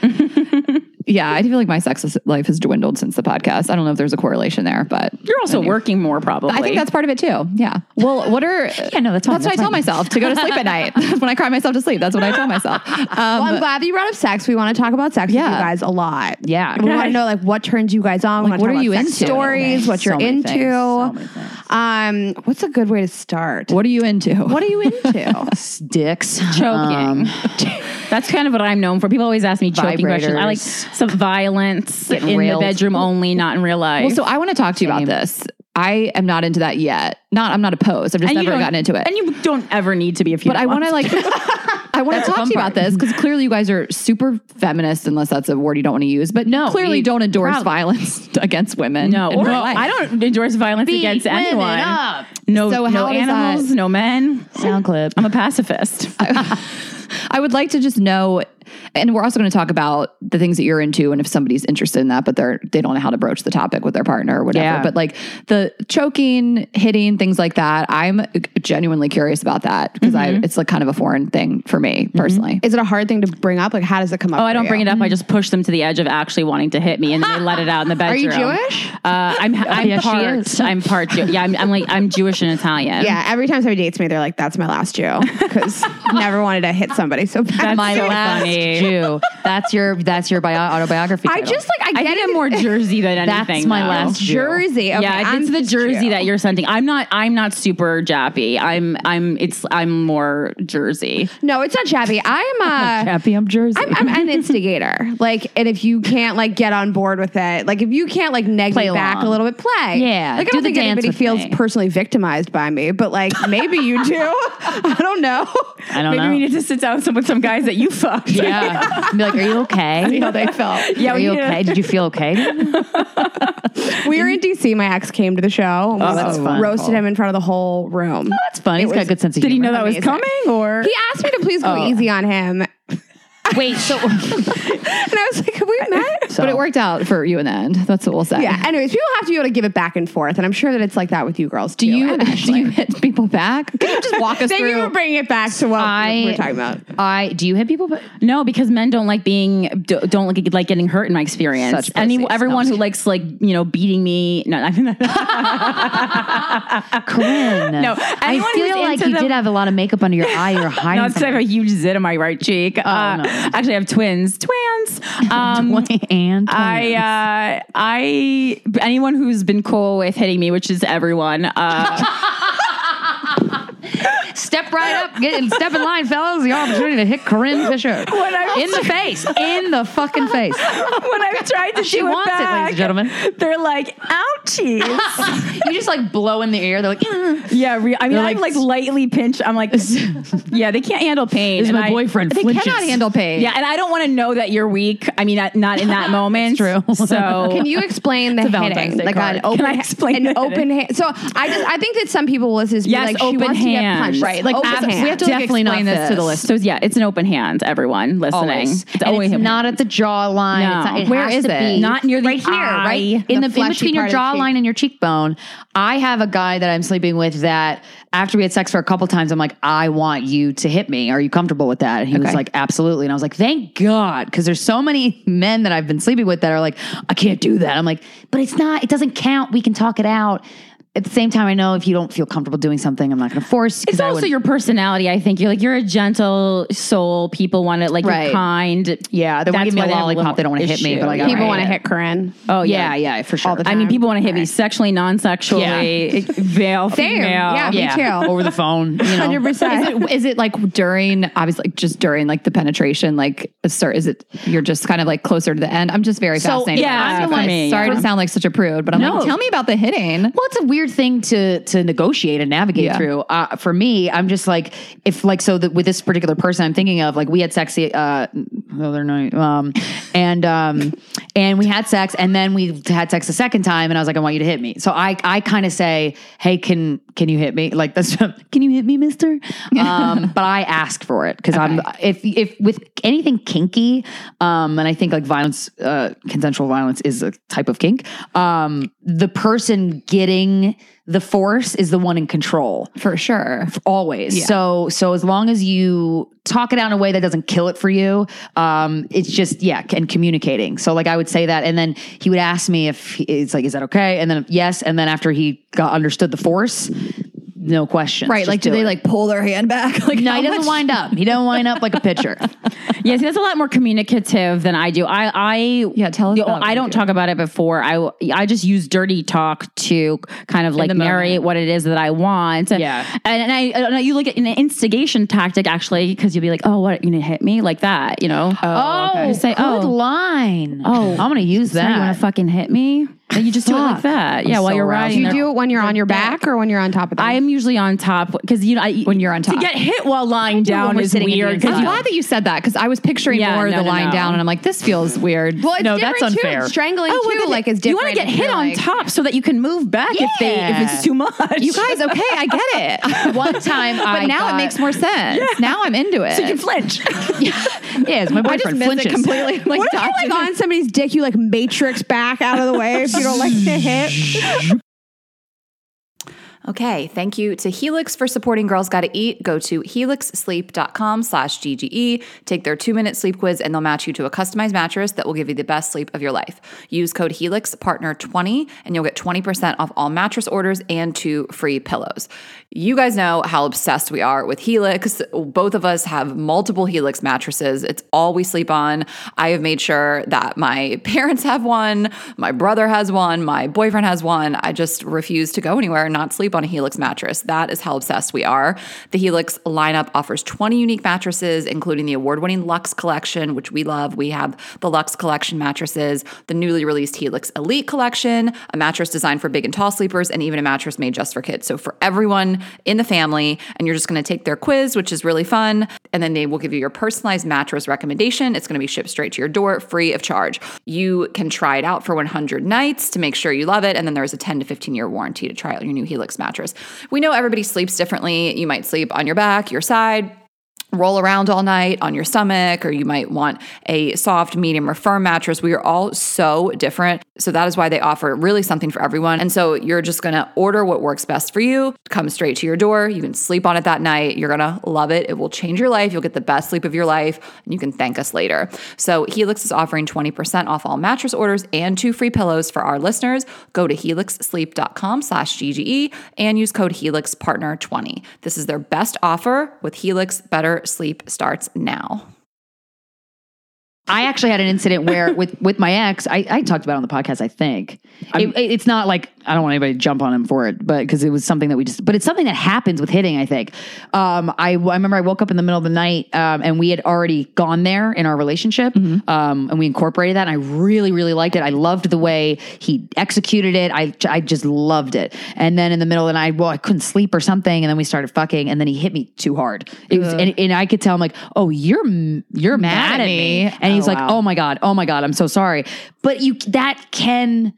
yeah, I feel like my sex life has dwindled since the podcast. I don't know if there's a correlation there, but
You're also working more probably.
I think that's part of it too. Yeah. Well, what are yeah
no, that's
that's,
fine,
what I
that's
tell
fine.
myself to go to sleep at night. That's when I cry myself to sleep. That's what I tell myself. Um,
Well, I'm glad that you brought up sex. We want to talk about sex with
Yeah.
you guys a lot.
Yeah.
We want to know like what turns you guys on.
Like,
we
what
wanna
are
talk
you
about sex
into?
Stories.
Okay.
What
So
you're
many
into.
things, so many
um, what's a good way to start?
what are you into?
What are you into?
Dicks. Um,
choking. That's kind of what I'm known for. People always ask me choking questions. I like
Vibrators.
some violence
Getting
in
railed.
the bedroom only, not in real life.
well, so I want to talk to you about this. I am not into that yet. Not I'm not opposed. I've just
And you
never
don't-
gotten into it.
And you don't ever need to be if you.
but I want to like I want to talk to you about this because clearly you guys are super feminist, unless that's a word you don't want to use. But no, clearly
we-
don't endorse
proud-
violence against women.
No,
in
or
real life.
I don't endorse violence against
women
anyone.
up.
No,
So
no
how does
animals,
that-
no men.
Sound clip.
I'm a pacifist.
I would like to just know, and we're also going to talk about the things that you're into, and if somebody's interested in that, but they're they don't know how to broach the topic with their partner or whatever.
Yeah.
But like the choking, hitting, things like that, I'm genuinely curious about that because I
Mm-hmm.
it's like kind of a foreign thing for me personally.
Is it a hard thing to bring up? Like, how does it come up?
Oh, I don't bring it up. I just push them to the edge of actually wanting to hit me, and then they let it out in the
Are you
bedroom.
Jewish?
Uh, I'm. I'm
she
part.
is.
I'm part. Jew. Yeah, I'm, I'm like I'm Jewish and Italian.
Yeah, every time somebody dates me, they're like, "That's my last Jew," because never wanted to hit somebody so bad.
My
so
last
funny.
Jew. That's your that's your bio- autobiography.
I
title.
just like I
I
get
think
it.
I'm more Jersey than anything.
That's my
though.
last Jew.
Jersey. Okay,
yeah,
I'm
it's the
just
jersey
Jew.
that you're sending. I'm not. I'm not super jappy. I'm. I'm. It's. I'm more jersey.
No, it's not Chappy. I'm uh,
happy I'm Jersey.
I'm, I'm an instigator. Like, and if you can't like get on board with it, like if you can't like neg
Play
me back
along.
a little bit, play.
Yeah,
Like I
do
don't
the
think
dance
anybody
with
feels
me.
personally victimized by me, but like maybe you do. I don't know.
I don't
Maybe
know.
we need to sit down with some, with some guys that you fucked.
yeah. Be like, are you okay?
See how they felt.
Yeah,
Yeah,
are
we
you
need to-
okay? Did you feel okay?
We were in DC. My ex came to the show. And we,
Oh, that's
like,
fun. Oh,
roasted him in front of the whole room.
That's funny. He's got a good sense of humor.
Did he know that was
Amazing.
coming or?
He asked me to please
Oh.
go easy on him, and
Wait, so
I was like, "Have we met?"
But it worked out for you in the end. That's what we'll say.
Yeah. Anyways, people have to be able to give it back and forth, and I'm sure that it's like that with you girls
Do
too,
you
and
do you hit people back? Can you just walk us
then
through?
you were bringing it back to what
I
we we're talking about.
I do you hit people but
No, because men don't like being d- don't like like getting hurt in my experience.
Such
Any
pussies.
everyone
No,
who likes like you know beating me. No, I mean,
Corinne.
No,
I
anyone who's
feel like
into
you
them-
did have a lot of makeup under your eye. You're hiding.
no, it's I
something.
have a huge zit on my right cheek. uh,
Oh, no.
Actually, I have twins. Twins. hands. Um,
and
I, uh, I, anyone who's been cool with hitting me, which is everyone, uh,
step right up, get and step in line, fellas. The opportunity to hit Corinne Fisher in the face, in the fucking face.
when I've tried to
She
do
wants
it
it, ladies
back,
and gentlemen.
they're like, ouchies.
You just like blow in the air. They're like, "Mm."
Yeah, re- I mean,
They're
I'm like
like-
lightly pinched. I'm like, yeah, they can't handle pain.
This is
And
my
I-
boyfriend.
They
flinches.
cannot handle pain.
Yeah, and I don't want to know that you're weak. I mean, I- not in that moment.
true.
So
Can you explain the
a Valentine's
hitting?
Day
Like
card.
an open,
Can I explain
an
the
open hand. So I just I think that some people will just be
Yes,
like, she
open
wants
hand.
to get punched.
Right,
like,
open
abs- we
hand.
have to, like,
Definitely not
explain this to the
fist.
listener.
So yeah, it's an open hand. Everyone listening,
Always.
it's
And
always
it's not at the jawline.
No.
It's not, it
Where
has
is
to
it?
Be
Not near the
right here,
eye,
right
the
in the, in
fleshy
between your
part of the
jawline and your cheekbone. I have a guy that I'm sleeping with that after we had sex for a couple times, I'm like, I want you to hit me. Are you comfortable with that? And he was
Okay.
like, absolutely. And I was like, thank God, because there's so many men that I've been sleeping with that are like, I can't do that. I'm like, but it's not. It doesn't count. We can talk it out. At the same time, I know if you don't feel comfortable doing something, I'm not going to force. you, 'cause
It's
I
also
wouldn't-
your personality. I think you're like you're a gentle soul. People want it like
Right.
you're kind.
yeah. They
That's
want to give me a
why they have a
lollipop.
little
They don't want to hit me,
issue.
but like
People
all
People
right.
want to hit Corinne.
Oh
Yeah, yeah, for sure.
the
I mean,
time.
people want to hit me sexually, non-sexually,
Yeah.
male,
Same.
female.
Yeah, me too.
over the phone. You know,
Hundred percent.
Is it, is it like during obviously like just during like the penetration like sir is it you're just kind of like closer to the end i'm just very fascinated
yeah,
by this.
I'm the one-
sorry
yeah.
to sound like such a prude but i'm
No.
like tell me about the hitting
Well, it's a weird thing to to negotiate and navigate
Yeah.
through. Uh, for me, I'm just like if like so the, with this particular person I'm thinking of, like we had sex the, uh, the other night, um, and um, and we had sex, and then we had sex a second time, and I was like, I want you to hit me. So I I kind of say, Hey, can can you hit me? Like that's can you hit me, Mister? Um, but I ask for it because I'm if if with anything kinky, um, and I think like violence, uh, consensual violence is a type of kink. Um, the person getting the force is the one in control
for sure
always. So so as long as you talk it out in a way that doesn't kill it for you, um, it's just yeah, and communicating. So like I would say that, and then he would ask me if he, it's like, is that okay? And then yes, and then after he got understood the force, no questions,
right
Just
like do they
it.
like pull their hand back like
No,
how
he doesn't
much-
wind up. He doesn't wind up like a pitcher.
Yeah, see, that's a lot more communicative than I do. I, I,
Yeah, tell us
the-
about what
I
you
don't
do.
talk about it before. I, I just use dirty talk to kind of like
the
narrate
moment.
what it is that I want.
Yeah.
and, and I, I don't know, you look at an instigation tactic actually because you'll be like, oh, what you gonna hit me like that, you know?
Oh,
You say,
good
oh.
line.
Oh.
I'm gonna use
so
that.
you want to fucking hit me? Then you just do it like
Fuck.
that. Yeah,
I'm
while
so
you're
aroused.
riding.
Do you
there.
do it when you're on your back or when you're on top of them?
I am usually on top because you know I,
When you're on top.
To get hit while lying
when
down
we're
is
sitting at the
weird. 'cause
inside.
i'm
you-
glad that you said that because i was picturing
Yeah,
more of
no,
the
no,
lying
no.
down and i'm like this feels weird
Well, it's
No,
different
that's
too.
unfair.
Strangling
well,
too,
then
like is
You
different.
want to get
if
hit
you're,
on
like-
top so that you can move back if they if
Yeah.
it's too much.
you guys okay i get it
One time,
but
I
now
got-
it makes more sense now i'm into it
so you can flinch.
Yeah, it's my
i just
boyfriend
missed it
flinches.
completely like
What if
dodging
you like on somebody's dick? You like matrix back out of the way if you don't like to hit.
Okay, thank you to Helix for supporting Girls Gotta Eat. Go to helixsleep.com slash GGE, take their two-minute sleep quiz, and they'll match you to a customized mattress that will give you the best sleep of your life. Use code HELIXPARTNER20 and you'll get 20% off all mattress orders and two free pillows. You guys know how obsessed we are with Helix. Both of us have multiple Helix mattresses. It's all we sleep on. I have made sure that my parents have one, my brother has one, my boyfriend has one. I just refuse to go anywhere and not sleep on a Helix mattress. That is how obsessed we are. The Helix lineup offers 20 unique mattresses, including the award winning Lux collection, which we love. We have the Lux collection mattresses, the newly released Helix Elite collection, a mattress designed for big and tall sleepers, and even a mattress made just for kids. So for everyone in the family, and you're just going to take their quiz, which is really fun. And then they will give you your personalized mattress recommendation. It's going to be shipped straight to your door free of charge. You can try it out for 100 nights to make sure you love it. And then there's a 10 to 15 year warranty to try out your new Helix mattress. We know everybody sleeps differently. You might sleep on your back, your side, roll around all night on your stomach, or you might want a soft, medium, or firm mattress. We are all so different. So that is why they offer really something for everyone. And so you're just gonna order what works best for you, come straight to your door. You can sleep on it that night. You're gonna love it. It will change your life. You'll get the best sleep of your life, and you can thank us later. So Helix is offering 20% off all mattress orders and two free pillows for our listeners. Go to helixsleep.com slash GGE and use code HelixPartner20. This is their best offer with Helix Better Sleep starts now.
I actually had an incident where with with my ex, I, I talked about it on the podcast. I think it, it- it's not like I don't want anybody to jump on him for it, but because it was something that we just, but it's something that happens with hitting. I think. Um, I I remember I woke up in the middle of the night, um, and we had already gone there in our relationship, um, and we incorporated that. And I really really liked it. I loved the way he executed it. I I just loved it. And then in the middle of the night, well, I couldn't sleep or something, and then we started fucking, and then he hit me too hard. It was, and, and I could tell him like, oh, you're m- you're mad, at me, and he's like, oh my god, oh my god, I'm so sorry. But you that can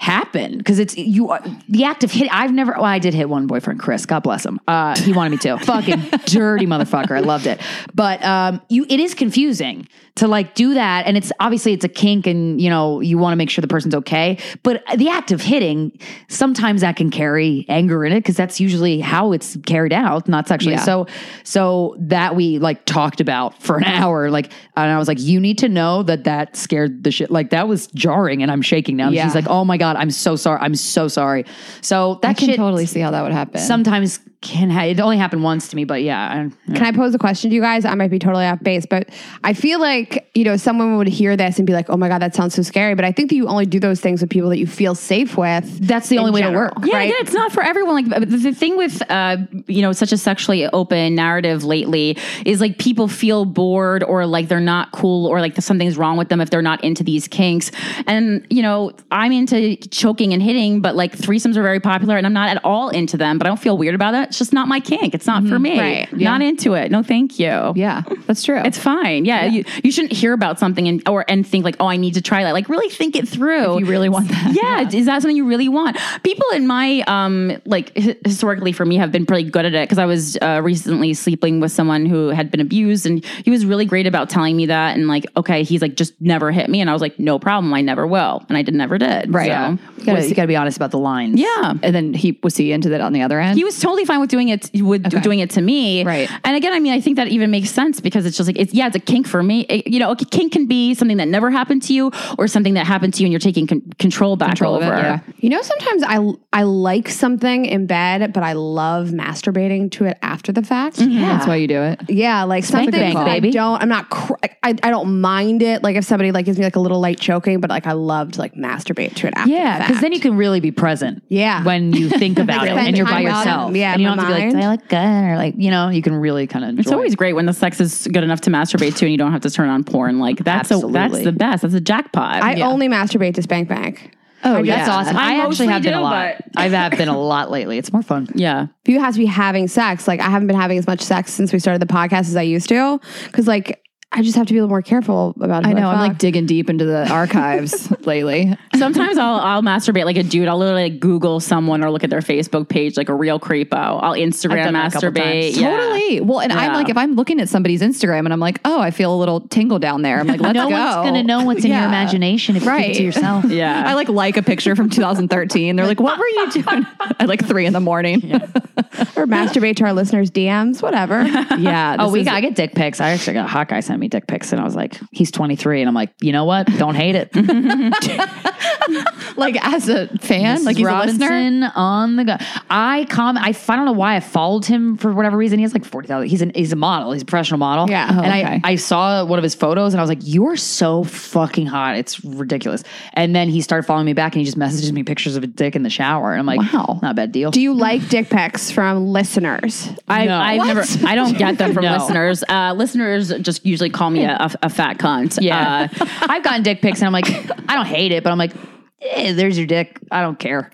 happen because it's you are the act of hit. I've never. Well, I did hit one boyfriend, Chris. God bless him. Uh, he wanted me to. Fucking dirty motherfucker. I loved it. But um, you, it is confusing to like do that, and it's obviously it's a kink, and you know you want to make sure the person's okay. But the act of hitting sometimes that can carry anger in it because that's usually how it's carried out, not sexually.
Yeah.
So so that we like talked about for an hour, like, and I was like, you need to know that that scared the shit. Like that was jarring, and I'm shaking now. And
Yeah.
She's like, oh my god, I'm so sorry. I'm so sorry. So that
I can
shit
totally see how that would happen.
sometimes can ha- it only happened once to me, but yeah, I,
Can I pose a question to you guys? I might be totally off base, but I feel like, you know, someone would hear this and be like, oh my God, that sounds so scary. But I think that you only do those things with people that you feel safe with.
that's the
in
only way
general,
to work.
Yeah,
right?
again, it's not for everyone. Like but the- the thing with uh, you know such a sexually open narrative lately is like people feel bored or like they're not cool or like something's wrong with them if they're not into these kinks. And you know I'm into choking and hitting, but like threesomes are very popular, and I'm not at all into them. But I don't feel weird about it. It's just not my kink. It's not for me.
right.
Not into it. No, thank you.
yeah, that's true.
It's fine. Yeah, You, you shouldn't hear about something and or and think like, oh, I need to try that. Like really think it through.
If you really want that.
Yeah, is that something you really want? People in my um like hi- historically for me have been pretty good at it because I was uh, recently sleeping with someone who had been abused and he was really great about telling me that and like okay he's like just never hit me and I was like no problem I never will and I did never did
Right.
So,
Yeah.
You gotta, you gotta be honest about the lines.
yeah.
and then he was he into that on the other end.
He was totally fine with doing it with doing it to me.
Right.
And again, I mean, I think that even makes sense because it's just like it's yeah, it's a kink for me. It- you know, a kink can be something that never happened to you or something that happened to you and you're taking con- control back
Control of it,
over.
yeah.
You know, sometimes I I like something in bed, but I love masturbating to it after the fact.
Mm-hmm.
That's why you do it.
Yeah, like something
bank,
that I
baby.
don't. I'm not. Cr- I, I don't mind it. Like if somebody like gives me like a little light choking, but like I love to like masturbate to it after.
Yeah, because then you can really be present.
Yeah.
when you think about it
spend
and you're by
time out
yourself.
of- yeah,
and you
my
don't have to be like,
mind.
"Do I look good?" or like, you know, you can really kind of.
It's always great when the sex is good enough to masturbate to and you don't have to turn on porn. Like that's a, that's
Absolutely.
the best. That's a jackpot.
I only masturbate to spank bank.
Oh,
yeah.
that's awesome.
I
I,
mostly
actually have been
do,
a lot.
but-
I've have been a lot lately. It's more fun.
yeah.
But you have to be having sex. Like I haven't been having as much sex since we started the podcast as I used to, because like I just have to be a little more careful about. who
I know. I'm
fuck.
like digging deep into the archives lately.
Sometimes I'll I'll masturbate like a dude. I'll literally like, Google someone or look at their Facebook page like a real creepo. I'll Instagram
done that a couple
masturbate.
times.
Yeah.
Totally. Well, and I'm
Yeah.
like, if I'm looking at somebody's Instagram and I'm like, oh, I feel a little tingle down there. I'm like, let's
No
go.
one's gonna know what's in
Yeah.
your imagination if you keep
Right.
it to yourself.
Yeah.
I like like a picture from 2013. They're like, what were you doing at like three in the morning? Yeah.
or masturbate to our listeners' DMs, whatever.
Oh,
this
we
is-
got, I get dick pics. I actually got Hawkeye sent me dick pics, and I was like, he's 23, and I'm like, you know what? Don't hate it.
like as a fan, like
like
he's a listener.
Robinson on the go. I comment. I, f- I don't know why I followed him for whatever reason. He has like forty thousand. He's an he's a model. He's a professional model.
Yeah.
and
Oh,
okay.
I I saw one of his photos and I was like, you are so fucking hot. It's ridiculous. And then he started following me back and he just messages me pictures of a dick in the shower. And I'm like,
Wow.
not a bad deal.
Do you like dick pics from listeners?
I,
No.
I've
What?
never, I don't get them from
No.
listeners. Uh, listeners just usually call me a, a, a fat cunt.
yeah,
Uh,
I've gotten dick pics and I'm like, I don't hate it, but I'm like, eh, there's your dick. I don't care.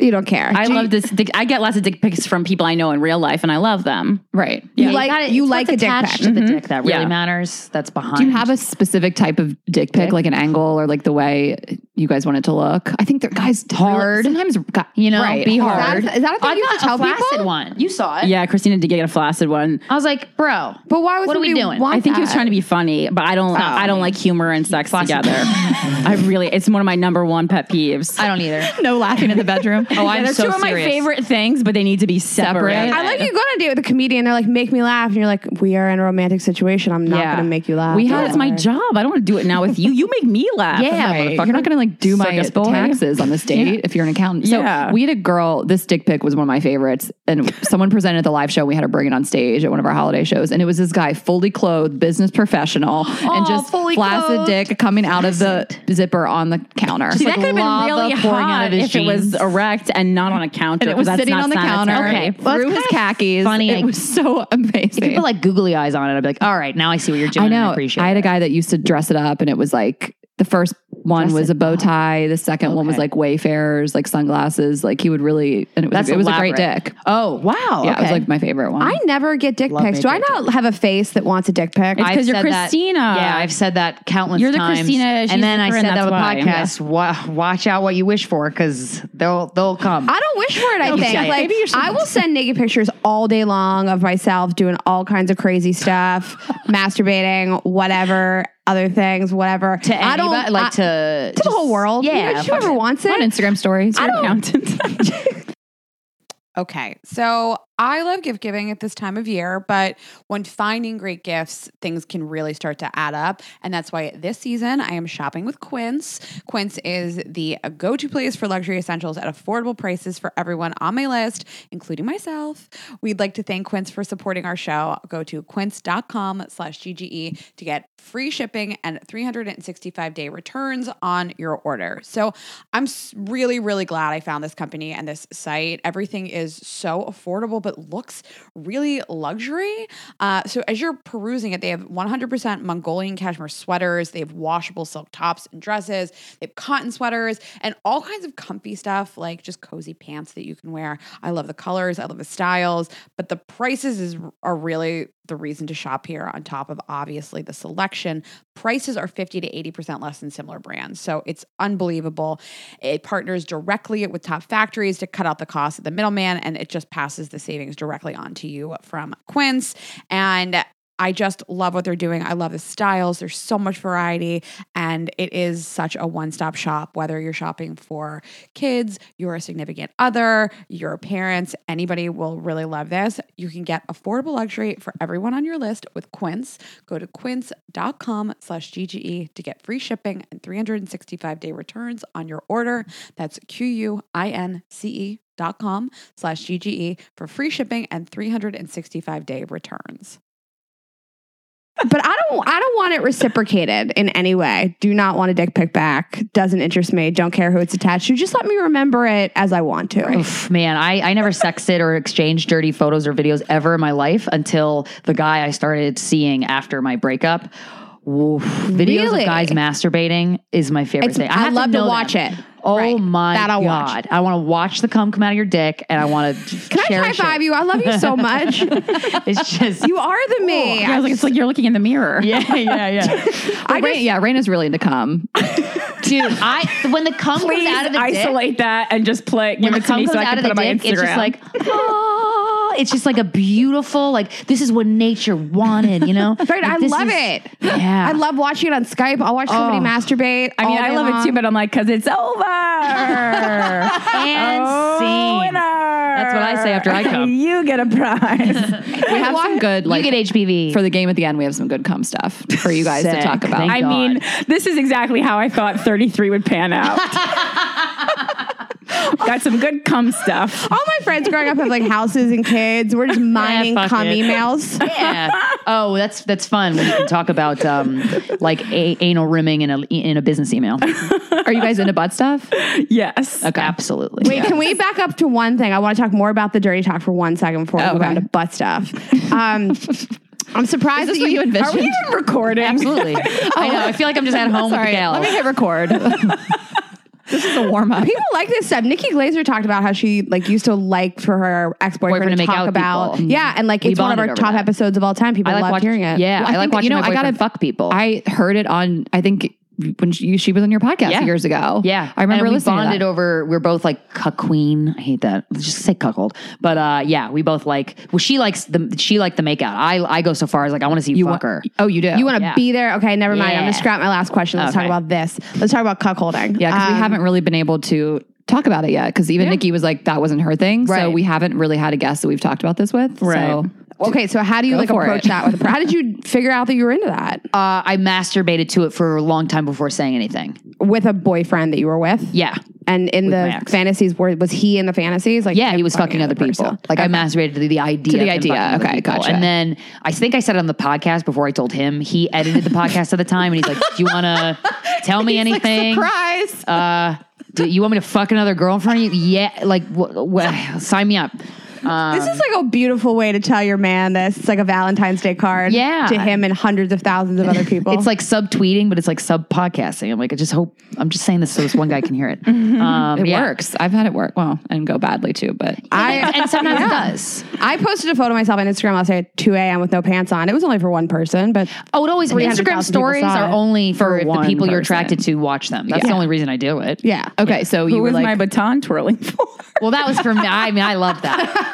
You don't care.
I love this. Dick, I get lots of dick pics from people I know in real life and I love them.
Right.
You like
gotta-
you
it's
like
what's
a dick
attached
pic.
to the dick that really
Yeah.
matters. That's behind.
Do you have a specific type of dick pic, like an angle or like the way you guys want it to look? I think they're guys
Hard.
Sometimes gu-
You know,
Right. Is
be
Is that-
hard.
Is that a thing
I
you have
got
to tell
a flaccid
people?
one. You saw it.
Yeah, Christina did get a flaccid one.
I was like, bro.
But why would
What are we
somebody
doing?
want
I
I think he was
that?
trying to be funny, but I don't. I don't like humor and sex
Flaccid.
together. I really, it's one of my number one pet peeves.
I don't either.
no laughing in the bedroom.
Oh, I'm
They're
so
two of my
serious.
favorite things, but they need to be separate.
Separate.
I like you go on a date with a comedian. They're like, make me laugh, and you're like, we are in a romantic situation. I'm not
Yeah.
going to make you laugh.
We have. It's my
Or-
job. I don't want to do it now with you. You make me laugh.
Yeah,
Right.
motherfucker.
You're not gonna like like do my
Circus boy.
taxes on this date if you're an accountant. So
Yeah.
we had a girl. This dick pic was one of my favorites, and someone presented at the live show. We had to bring it on stage at one of our holiday shows, and it was this guy, fully clothed, business professional, and just
fully
flaccid
clothed.
dick coming out of the zipper on the counter.
See, that could have been really
pouring out
hot
of his
if it was
jeans.
erect and not on a counter.
And it was
'cause that's
sitting
not
on the counter,
sanitary. Okay.
through his khakis.
funny,
It
like-
was so amazing.
People like googly eyes on it. I'd be like, all right, now I see what you're doing.
I
and
know. I,
appreciate
had a
it.
guy that used to dress it up, and it was like the first one
Dress
was
it
a bow tie. The second one was
Okay.
like Wayfarers, like sunglasses. Like he would really, and it was,
That's
it was a great
elaborate.
dick.
Oh wow.
Yeah, it was
okay.
like my favorite one.
I never get dick
Love
pics.
me
Do
a
I
dick
not have a face that wants a dick pic?
It's
I've
'cause you're
said that-
Christina.
yeah, I've said that countless
You're the
times.
Christina, she's
and then
the
I
Corinne,
said that
that's
on the
why, yeah.
podcast. Wa- watch out what you wish for because they'll they'll come.
I don't wish for it. I think
shut it.
like I will send naked pictures all day long of myself doing all kinds of crazy stuff, masturbating, whatever, other things, whatever.
to anybody,
I don't
like
I-
to
to the whole world.
Yeah,
You know, whoever wants it.
on Instagram stories.
I don't-
Okay. So I love gift giving at this time of year, but when finding great gifts, things can really start to add up. And that's why this season I am shopping with Quince. Quince is the go to place for luxury essentials at affordable prices for everyone on my list, including myself. We'd like to thank Quince for supporting our show. Go to quince.com slash GGE to get free shipping and 365 day returns on your order. So I'm s- really, really glad I found this company and this site. Everything is so affordable, but looks really luxury. Uh, so, as you're perusing it, they have 100% Mongolian cashmere sweaters, they have washable silk tops and dresses, they have cotton sweaters, and all kinds of comfy stuff like just cozy pants that you can wear. I love the colors, I love the styles, but the prices is, are really the reason to shop here, on top of obviously the selection. Prices are 50 to 80% less than similar brands. So it's unbelievable. It partners directly with top factories to cut out the cost of the middleman and it just passes the savings directly on to you from Quince. And I just love what they're doing. I love the styles. There's so much variety, and it is such a one stop shop, whether you're shopping for kids, your significant other, your parents, anybody will really love this. You can get affordable luxury for everyone on your list with Quince. Go to quince.com slash GGE to get free shipping and 365 day returns on your order. That's Q U I N C E dot com slash GGE for free shipping and 365 day returns.
but I don't I don't want it reciprocated in any way. Do not want a dick pic back. Doesn't interest me. Don't care who it's attached to. Just let me remember it as I want to.
Oof, man, I, I never sexted or exchanged dirty photos or videos ever in my life until the guy I started seeing after my breakup. Oof, videos
Really?
of guys masturbating is my favorite
It's-
thing.
I
have
love to
know them.
watch it.
Oh
Right.
my
That I'll watch.
god! I want to watch the cum come out of your dick, and I want to.
Can I high five you? I love you so much.
It's just
you are the me.
Yeah, I was like, it's like you're looking in the mirror.
yeah, yeah, yeah.
I Rain, yeah, Raina's really into cum.
Dude, I when the cum comes out of the dick,
that and just play. Give
when the cum comes out of the dick, it's just like, oh, it's just like a beautiful, like this is what nature wanted, you know?
Right,
Like,
I
this
love
is-
it.
Yeah,
I love watching it on Skype. I'll watch somebody masturbate.
I mean,
all
I
day
love it too,
long.
but I'm like, because it's over.
and scene.
That's
what I say after I come.
you get a prize.
We have some good like
you get HPV
for the game at the end. We have some good cum stuff for you guys to
Sick.
talk about.
Thank
I
God.
mean, this is exactly how I thought 33 would pan out. Got some good cum stuff.
all my friends growing up have like houses and kids. We're just mining
fuck
cum
it.
emails.
Yeah. Oh, that's that's fun when you can talk about um, like a- anal rimming in a in a business email.
Are you guys into butt stuff?
Yes.
Absolutely.
Wait, can we back up to one thing? I want to talk more about the dirty talk for one second before we go down to butt stuff. Um, I'm surprised that
What you
you.
envisioned?
recording.
Absolutely. I know. I feel like I'm just at home with the
Let
gals.
me hit record. this is a warm up.
People like this stuff. Nikki Glazer talked about how she like used to like for her ex boyfriend
Boyfriend
to,
to make
talk
out
about
people. Mm-hmm.
yeah, and like it's one of
bonded
our
over
top
that.
episodes of all time. People love
watch-
hearing it.
Yeah,
Well, I
I, like
think that-
watching
you know,
my
I gotta-
boyfriend fuck people.
I heard it on. I think when she, she was on your podcast
Yeah.
years ago.
Yeah,
I remember
And we
listening. to
bonded
that.
over. We're both like cuck queen. I hate that. Let's just say cuckold. But uh, yeah, we both like. Well, she likes the she liked the makeout. I I go so far as like I want to see you
wa-
fuck her.
Oh, you do.
You want to
Yeah.
be there? Okay, never mind. I'm
Yeah.
gonna scrap my last question. Let's talk
Okay.
about this. Let's talk about cuckolding.
Yeah, because we
Um,
haven't really been able to talk about it yet. Because even Nikki was like, that wasn't her thing. So
Right.
we haven't really had a guest that we've talked about this with. So
Right.
okay, so how do you like
for
approach
it.
that with? How did you figure out that you were into that
Uh, I masturbated to it for a long time before saying anything.
with a boyfriend that you were with?
Yeah.
And in
my
the
ex.
fantasies, were was he in the fantasies? Like
Yeah, he was fucking, other people. Like I masturbated to the idea.
the
of him
idea.
fucking other
Okay,
people.
gotcha.
And then I think I said it on the podcast before I told him. He edited the podcast at the time, and he's like, "Do you want to tell me anything?
Surprise.
uh, do you want me to fuck another girl in front of you? Yeah, like wh- wh- sign me up."
This is like a beautiful way to tell your man this. It's like a Valentine's Day card.
Yeah.
To him and hundreds of thousands of other people.
It's like subtweeting, but it's like sub podcasting. I'm like, I just hope I'm just saying this so this one guy can hear it. Um,
It
yeah.
works. I've had it work well and go badly too, but
I
and sometimes
Yeah.
it does.
I posted a photo of myself on Instagram last night at 2 a.m. with no pants on. It was only for one person, but
Oh, it always
300,000 people
Instagram stories
saw
are
it.
only for,
For
if the
one
people you're
person.
attracted to watch them. That's the only reason I do it.
yeah.
okay. So
Who
you were
was
like,
my baton twirling for?
Well, that was for me. I mean, I love that.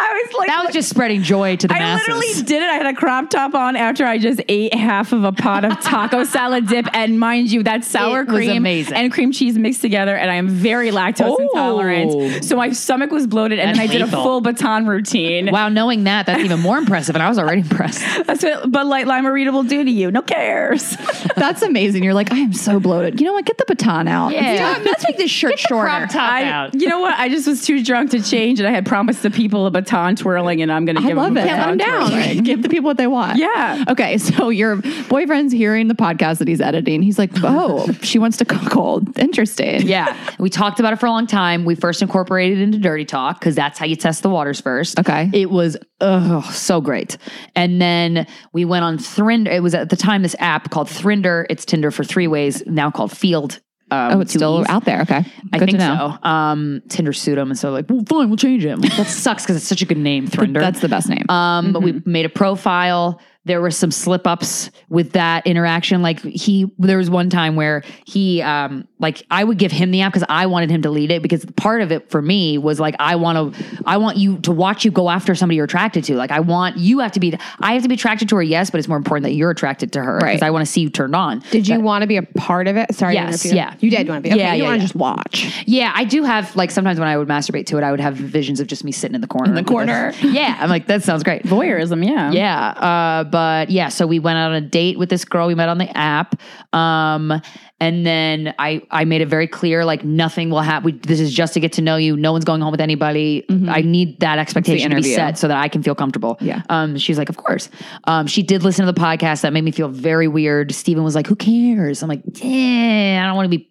I was like,
That was just spreading joy to the
I
masses.
literally did it. I had a crop top on after I just ate half of a pot of taco salad dip, and mind you, that's sour
It was
cream
amazing.
and cream cheese mixed together. And I am very lactose intolerant, so my stomach was bloated. And then I
Oh. That's
did a
lethal.
full baton routine.
wow, knowing that, that's even more impressive. And I was already impressed.
That's what Bud Light Lime Marita will do to you. No cares.
that's amazing. You're like, I am so bloated. You know what? Get the baton out.
Yeah.
Let's make this shirt shorter.
Crop top
I,
out.
you know what? I just was too drunk to change, and I had promised the people a baton twirling, and I'm going to
I
give
love
them
it.
a baton twirling.
Give the people what they want.
Yeah.
Okay. So your boyfriend's hearing the podcast that he's editing. He's like, oh, she wants to cuckold. Interesting.
Yeah. We talked about it for a long time. We first incorporated it into Dirty Talk because that's how you test the waters first.
Okay.
It was oh so great. And then we went on Thrinder. It was at the time this app called Thrinder. It's Tinder for three ways, now called Field. Um,
Oh, it's
two
still
E's.
out there. Okay.
I think so. Um, Tinder sued him, and so like, well, fine, we'll change him. That sucks because it's such a good name, Thrinder.
That's the best Mm-hmm. name.
Um, but we made a profile. There were some slip ups with that interaction. Like he, there was one time where he, um, like I would give him the app because I wanted him to lead it because part of it for me was like I want to, I want you to watch you go after somebody you're attracted to. Like I want you have to be, I have to be attracted to her, yes, but it's more important that you're attracted to her because
Right.
I want to see you turned on.
Did you want to be a part of it? Sorry. to
Yes,
interrupt you.
yeah.
You did want to be. Okay,
Yeah,
You
yeah,
want to
yeah.
just watch.
Yeah, I do have like sometimes when I would masturbate to it, I would have visions of just me sitting in the corner. In the
corner.
yeah, I'm like that sounds great.
Voyeurism, yeah.
Yeah. Uh, but yeah, so we went on a date with this girl we met on the app. Um, and then I, I made it very clear, like nothing will happen. This is just to get to know you. No one's going home with anybody. I need that expectation to be
interview.
set so that I can feel comfortable.
Yeah.
Um, she's like, of course. Um, she did listen to the podcast. That made me feel very weird. Steven was like, who cares? I'm like, damn, I don't want to be,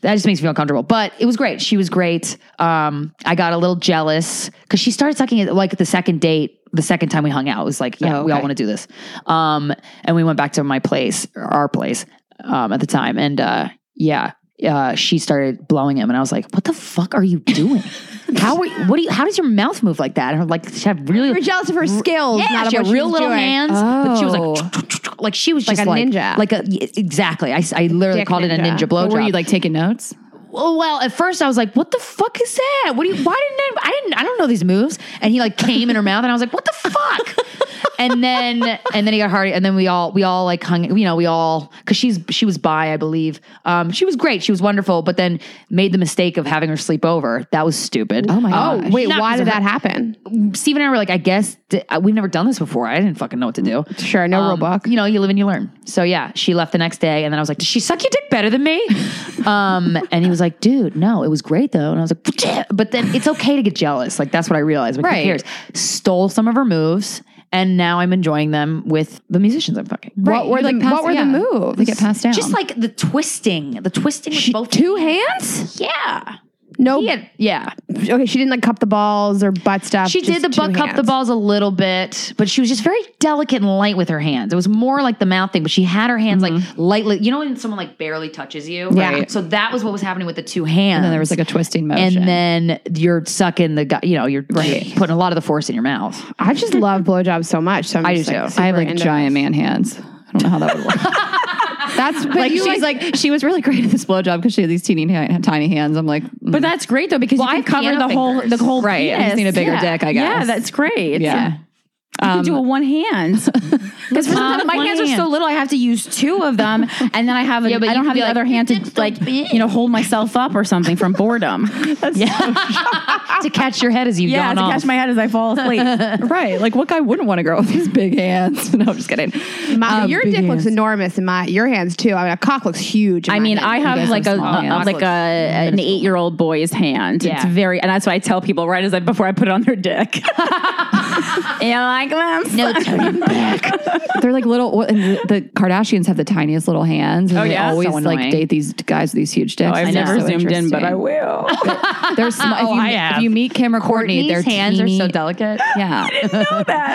that just makes me feel uncomfortable. But it was great. She was great. Um, I got a little jealous because she started sucking it like the second date, the second time we hung out. It was like, yeah, we all
okay.
want to do this. Um, and we went back to my place, or our place, um, at the time. And, uh, yeah. Uh, she started blowing him, and I was like, "What the fuck are you doing? how are you, what do you? How does your mouth move like that?" And I'm like, "She had really
You're jealous of her skills.
yeah,
not of
she Uh,
what
had real
was
little
doing.
hands, but she was
Oh.
like, like she was
Like
just
a
like
ninja.
like a y- exactly. I, s- I literally
Dick
called it a
ninja.
ninja
But
blowjob.
were you like taking notes?
well, well, at first I was like, what the fuck is that? What do you? Why didn't I? I didn't. I don't know these moves. And he like came in her mouth, and I was like, what the fuck? and then and then he got hard, and then we all we all like hung. You know, we all because she's she was bi, I believe. Um, she was great. She was wonderful, but then made the mistake of having her sleep over. That was stupid. Oh my
Oh, wait,
Not
why
because of
did
her-
that happen?
Steve and I were like, I guess d- uh, we've never done this before. I didn't fucking know what to do.
Sure, no
um,
rule book.
You know, you live and you learn. So yeah, she left the next day, and then I was like, "Does she suck your dick better than me?" um, and he was like, "Dude, no, it was great though." And I was like, "Yeah," "But then it's okay to get jealous. Like that's what I realized. Like,
Right.
Who cares?" Stole some of her moves, and now I'm enjoying them with the musicians I'm fucking.
Right,
What were
you,
the
like, pass-
What were
yeah,
the moves?
They get passed down.
Just like the twisting, the twisting with both.
two hands.
yeah.
No.
He had- yeah.
Okay, she didn't like cup the balls or butt stuff.
She did
just
the
two
butt cup the
hands.
balls a little bit, but she was just very delicate and light with her hands. It was more like the mouth thing, but she had her hands like lightly. You know when someone like barely touches you?
Yeah.
Right. So that was what was happening with the two hands. And
and there was like a twisting motion.
and then you're sucking the guy, you know, you're you're putting a lot of the force in your mouth.
I just love blowjobs so much. So I'm
I
just,
do
like,
too.
super
I have like
into
giant man hands. I don't know how that would work.
That's but
like she's like, she was really great at this blowjob because she had these teeny ha- tiny hands. I'm like, "Mm,
But that's great though because
Well, I
you
have
can cover
piano
the whole
fingers.
the whole
Right, I
Penis.
just need a bigger
yeah.
dick, I
Yeah,
guess.
that's great.
Yeah.
You can do a one hand because my
one
hands are so
hand.
little. I have to use
use two of them, and then I have a,
Yeah, but
I
you
don't
could
have
be
the
like,
other hand to like you know hold myself up or something from boredom.
to catch your head as you
yeah,
yawn
to
off.
catch my head as I fall asleep.
right. Like, what guy wouldn't want to grow with these big hands? No, I'm just kidding.
My,
Um,
your
big
dick looks
hands.
enormous, and my your hands too. I mean, a cock looks huge. in my
I mean,
hand.
I have like a, a- like a an eight year old boy's hand. It's
Yeah.
very, and that's what I tell people right as I before I put it on their dick. you like them?
no, turning back.
They're like little. And the, the Kardashians have the tiniest little hands, and
Oh,
they
yeah?
always
So
like
annoying.
date these guys with these huge dicks.
Oh, I've
It's
never
so
zoomed in, but I Oh,
interesting.
will.
They're sm- if, you,
I have.
if you meet Kim or Courtney, their
These hands are so
teeny-
delicate.
Yeah.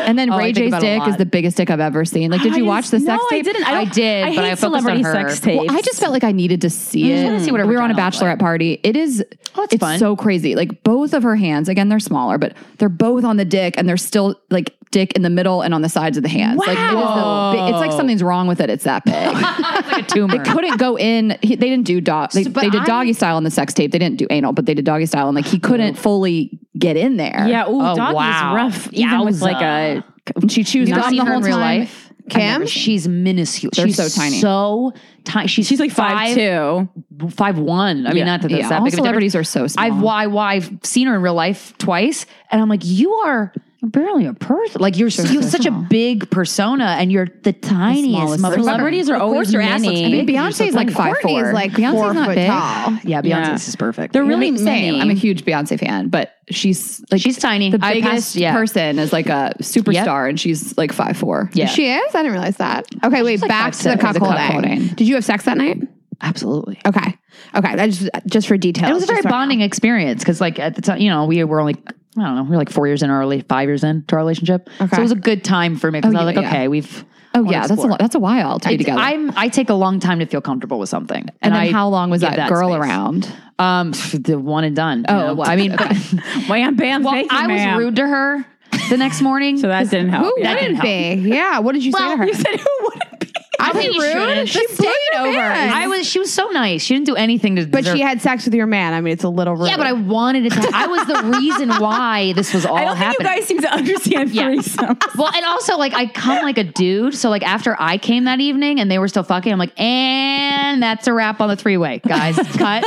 And then
Oh, I
Ray
think
J's
about it a
dick is
lot.
the biggest dick I've ever seen. Like, did you watch the sex
no,
tape?
I didn't. I,
I
don't-
did,
I
but I
hate
focused on
celebrity
her.
sex tapes.
Well, I just felt like I needed to see it.
wanna see what
we were on a
every kind of
bachelorette party. It is.
Oh, it's
it's
fun.
so crazy. Like both of her hands. Again, they're smaller, but they're both on the dick, and they're still like dick in the middle and on the sides of the hands. Like it is the big, it's like something's wrong with it. It's that big.
Like a tumor.
couldn't go in. He, they didn't do dog. They,
but
they did
I-
doggy style on the sex tape. They didn't do anal, but they did doggy style, and like he couldn't fully get in there.
yeah, ooh,
Oh,
doggy is
wow.
rough. Even with like
uh,
a
and she chews
You've
gum
seen
the
her
whole
in real
time.
life. Kim, she's minuscule.
They're
she's
so tiny.
So tiny. She's,
she's like five, two.
five one. I mean, not that that's
Yeah,
that
all
big of a
celebrities
difference.
are so small.
I've why why I've seen her in real life twice, and I'm like, you are barely a person. Like you're you have such a big persona, and you're the tiniest.
smallest
motherfucker.
Celebrities are
Of course
always
your ass looks
mini.
big.
Beyonce's like five
Courtney
four.
is like
Beyonce's
four
not
foot
big.
tall.
Yeah, Beyonce's
Yeah.
is perfect.
They're really
Same.
mini.
I'm a huge Beyonce fan, but she's like
She's tiny.
The
I
biggest
passed- yeah.
person is like a superstar, and she's like five four.
Yeah.
She is. I didn't realize that. Okay, wait. back
five
to the
six. The
cuckolding.
cuckolding.
Did you have sex that night?
absolutely.
Okay. Okay. That's just for details.
It was a
just
very
so I know.
bonding experience because, like, at the time, you know, we were only, I don't know, we were like four years in our rela- five years into our relationship.
Okay.
So it was a good time for me because I was
yeah,
like,
yeah.
okay, we've.
Oh
wanna
yeah, that's a
explore.
lo- that's a while to be together.
I, am I take a long time to feel comfortable with something.
and then
I
how long was
give
that, girl
space.
around?
Um, the one and done. Oh,
well,
I mean,
Wham, bam,
well,
thank you,
I was
ma'am.
rude to her the next morning.
So that didn't help.
Who
Yeah.
wouldn't be? Yeah. What did you say to her?
I think you
rude.
shouldn't.
She stayed over.
I was. She was so nice. She didn't do anything to.
But
deserve-
she had sex with your man. I mean, it's a little rude.
Yeah, but I wanted it to. I was the reason why this was all
I don't think you
happening.
guys seem to understand
Yeah.
threesomes.
well, and also like I come like a dude. So like after I came that evening and they were still fucking, I'm like, and that's a wrap on the three way, guys. cut,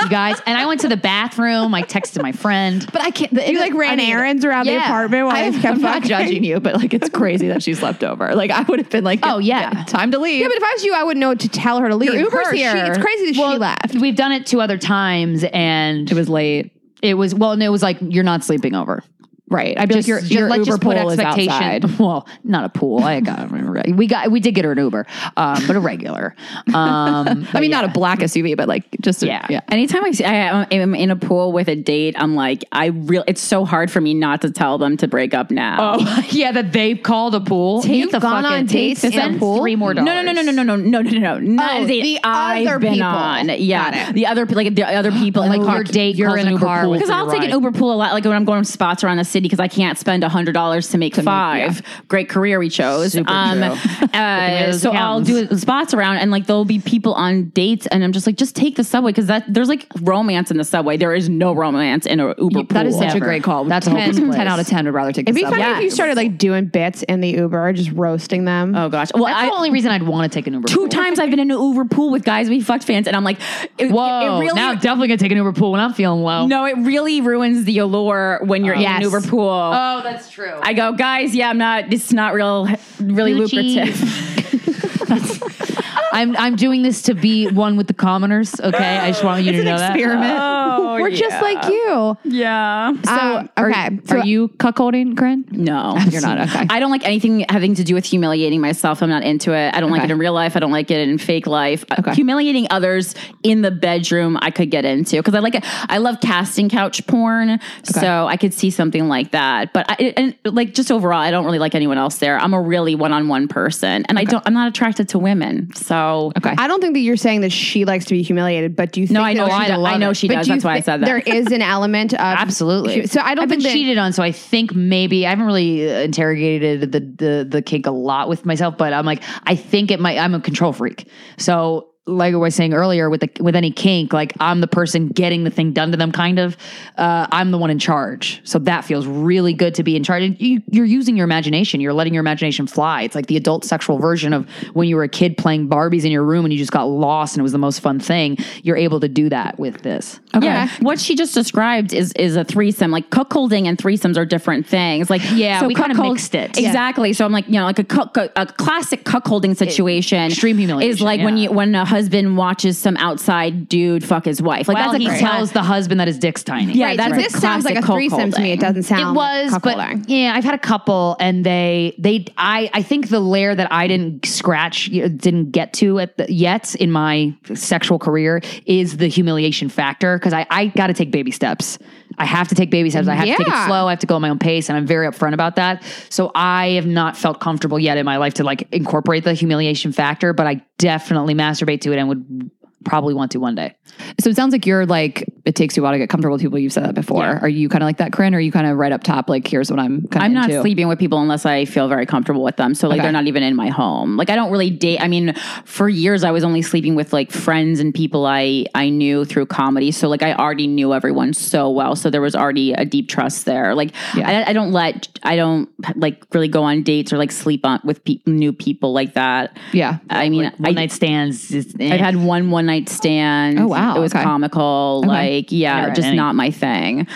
you guys. And I went to the bathroom. I texted my friend.
But I can't. The,
you like ran errands around the
yeah.
apartment while I,
I
kept
am not
fucking.
judging you, but like it's crazy that she's left over. Like I would have been like,
Oh, yeah.
time to leave.
Yeah, but if I was you, I wouldn't know what to tell her to leave.
Uber's
Her, she-
here.
it's crazy that she
Well,
left.
We've done it two other times, and
it was late.
it was well, and it was like you're not sleeping over.
Right. I'd be like, your,
Just-
your
let's
Uber
just put
pool is
expectation-
outside.
Well, not a pool. I got we got we did get her an Uber, um, but a regular. Um,
I mean, not a black SUV, but like just a,
Yeah.
yeah.
Anytime I, see, I am in a pool with a date, I'm like, I real. It's so hard for me not to tell them to break up now.
yeah, that they've called a pool. Take
You've
the
gone
fucking
on dates
take
in a
the
pool?
Three more
No,
dollars.
no, no, no, no, no, no, no, no, no, not
Oh,
a date
the
I've
other
been
people.
on.
Got
Yeah,
it.
the other pe- like the other people like
your date
you're
calls
in
an
a
Uber
car
pool
with
Because
for
I'll
your
take an
ride.
Uber pool a lot, like when I'm going to spots around the city, because I can't spend hundred dollars to make five. Great career we chose. Um,
Super true.
uh,
those
so I'll
accountants.
do it- spots around, and like there'll be people on dates, and I'm just like, just take the subway because that there's like romance in the subway. There is no romance in a Uber pool.
That is such a great call.
That's a whole
10,
different
10 out of 10 would rather take
It'd
the
be funny
subway.
if you started like doing bits in the Uber, just roasting them.
Oh gosh. Well,
That's
I,
the only reason I'd want to take an Uber.
two
pool.
times I've been in an Uber pool with guys we fucked fans, and I'm like, it,
Whoa!
it really,
now I'm definitely gonna take an Uber pool when I'm feeling low.
no, it really ruins the allure when you're in
Yes.
an Uber pool.
Oh, that's true.
I go, guys, yeah, I'm not. It's not real, really
Gucci.
lucrative.
I'm I'm doing this to be one with the commoners. Okay, I just want you to know that.
Oh,
We're just like you.
yeah.
So Um, okay. so
Are you cuckolding, Corinne?
No,
You're not. Okay.
I don't like anything having to do with humiliating myself. I'm not into it. I don't like
Okay.
it in real life. I don't like it in fake life. Uh,
Okay.
Humiliating others in the bedroom, I could get into because I like it. I love casting couch porn, so I could see something like that. But I, and like just overall, I don't really like anyone else there. I'm a really one-on-one person, and I don't. I'm not attracted to women, so
Okay.
I don't think that you're saying that she likes to be humiliated, but do you? Think
No, I know
that
she. does. I know she
But
does.
do you
That's why I
think
said that.
There is an element of
Absolutely.
Um, So I don't
I've
think
been
that,
cheated on, so I think maybe I haven't really uh, interrogated the the the kink a lot with myself, but I'm like I think it might. I'm a control freak, so like I was saying earlier with the with any kink, like I'm the person getting the thing done to them, kind of. Uh, I'm the one in charge, so that feels really good to be in charge. And you, you're using your imagination. You're letting your imagination fly. It's like the adult sexual version of when you were a kid playing Barbies in your room and you just got lost and it was the most fun thing. You're able to do that with this.
Okay. What she just described is is a threesome. Like cuckolding and threesomes are different things. Like
Yeah,
so
we kinda
cuckold-
mixed it. Yeah.
Exactly. So I'm like, you know, like a cuck- a, a classic cuckolding situation.
extreme humiliation,
is like when
yeah.
you when a husband watches some outside dude fuck his wife. Like
Well,
that's a
he
cla-
tells the husband that his dick's tiny.
Yeah,
Right, Um,
that's
so
a
this sounds like a
classic
threesome to me. It
cuckolding.
doesn't sound.
it was
like cuckolding.
but yeah i've had a couple and they they i i think the layer that i didn't scratch y- didn't get to at the, yet in my sexual career is the humiliation factor because i i gotta take baby steps i have to take baby steps i have to take it
Yeah.
slow i have to go at my own pace and i'm very upfront about that so i have not felt comfortable yet in my life to like incorporate the humiliation factor but i definitely masturbate to it and would probably want to one day
So it sounds like you're like it takes you a while to get comfortable with people. You've said that before. Are you kind of like that, Corinne? Or are you kind of right up top? Like here's what I'm kind of
I'm not
into?
sleeping with people unless I feel very comfortable with them. So like they're not even in my home. Like I don't really date. I mean, for years I was only sleeping with like friends and people I I knew through comedy. So like I already knew everyone so well. So there was already a deep trust there. Like I, I don't let I don't like really go on dates or like sleep on with pe- new people like that.
Yeah.
I mean,
one
I,
night stands is, eh.
I've had one one night stand.
Oh, wow.
it was
Okay.
comical. Like yeah,
had
just
any.
not my thing.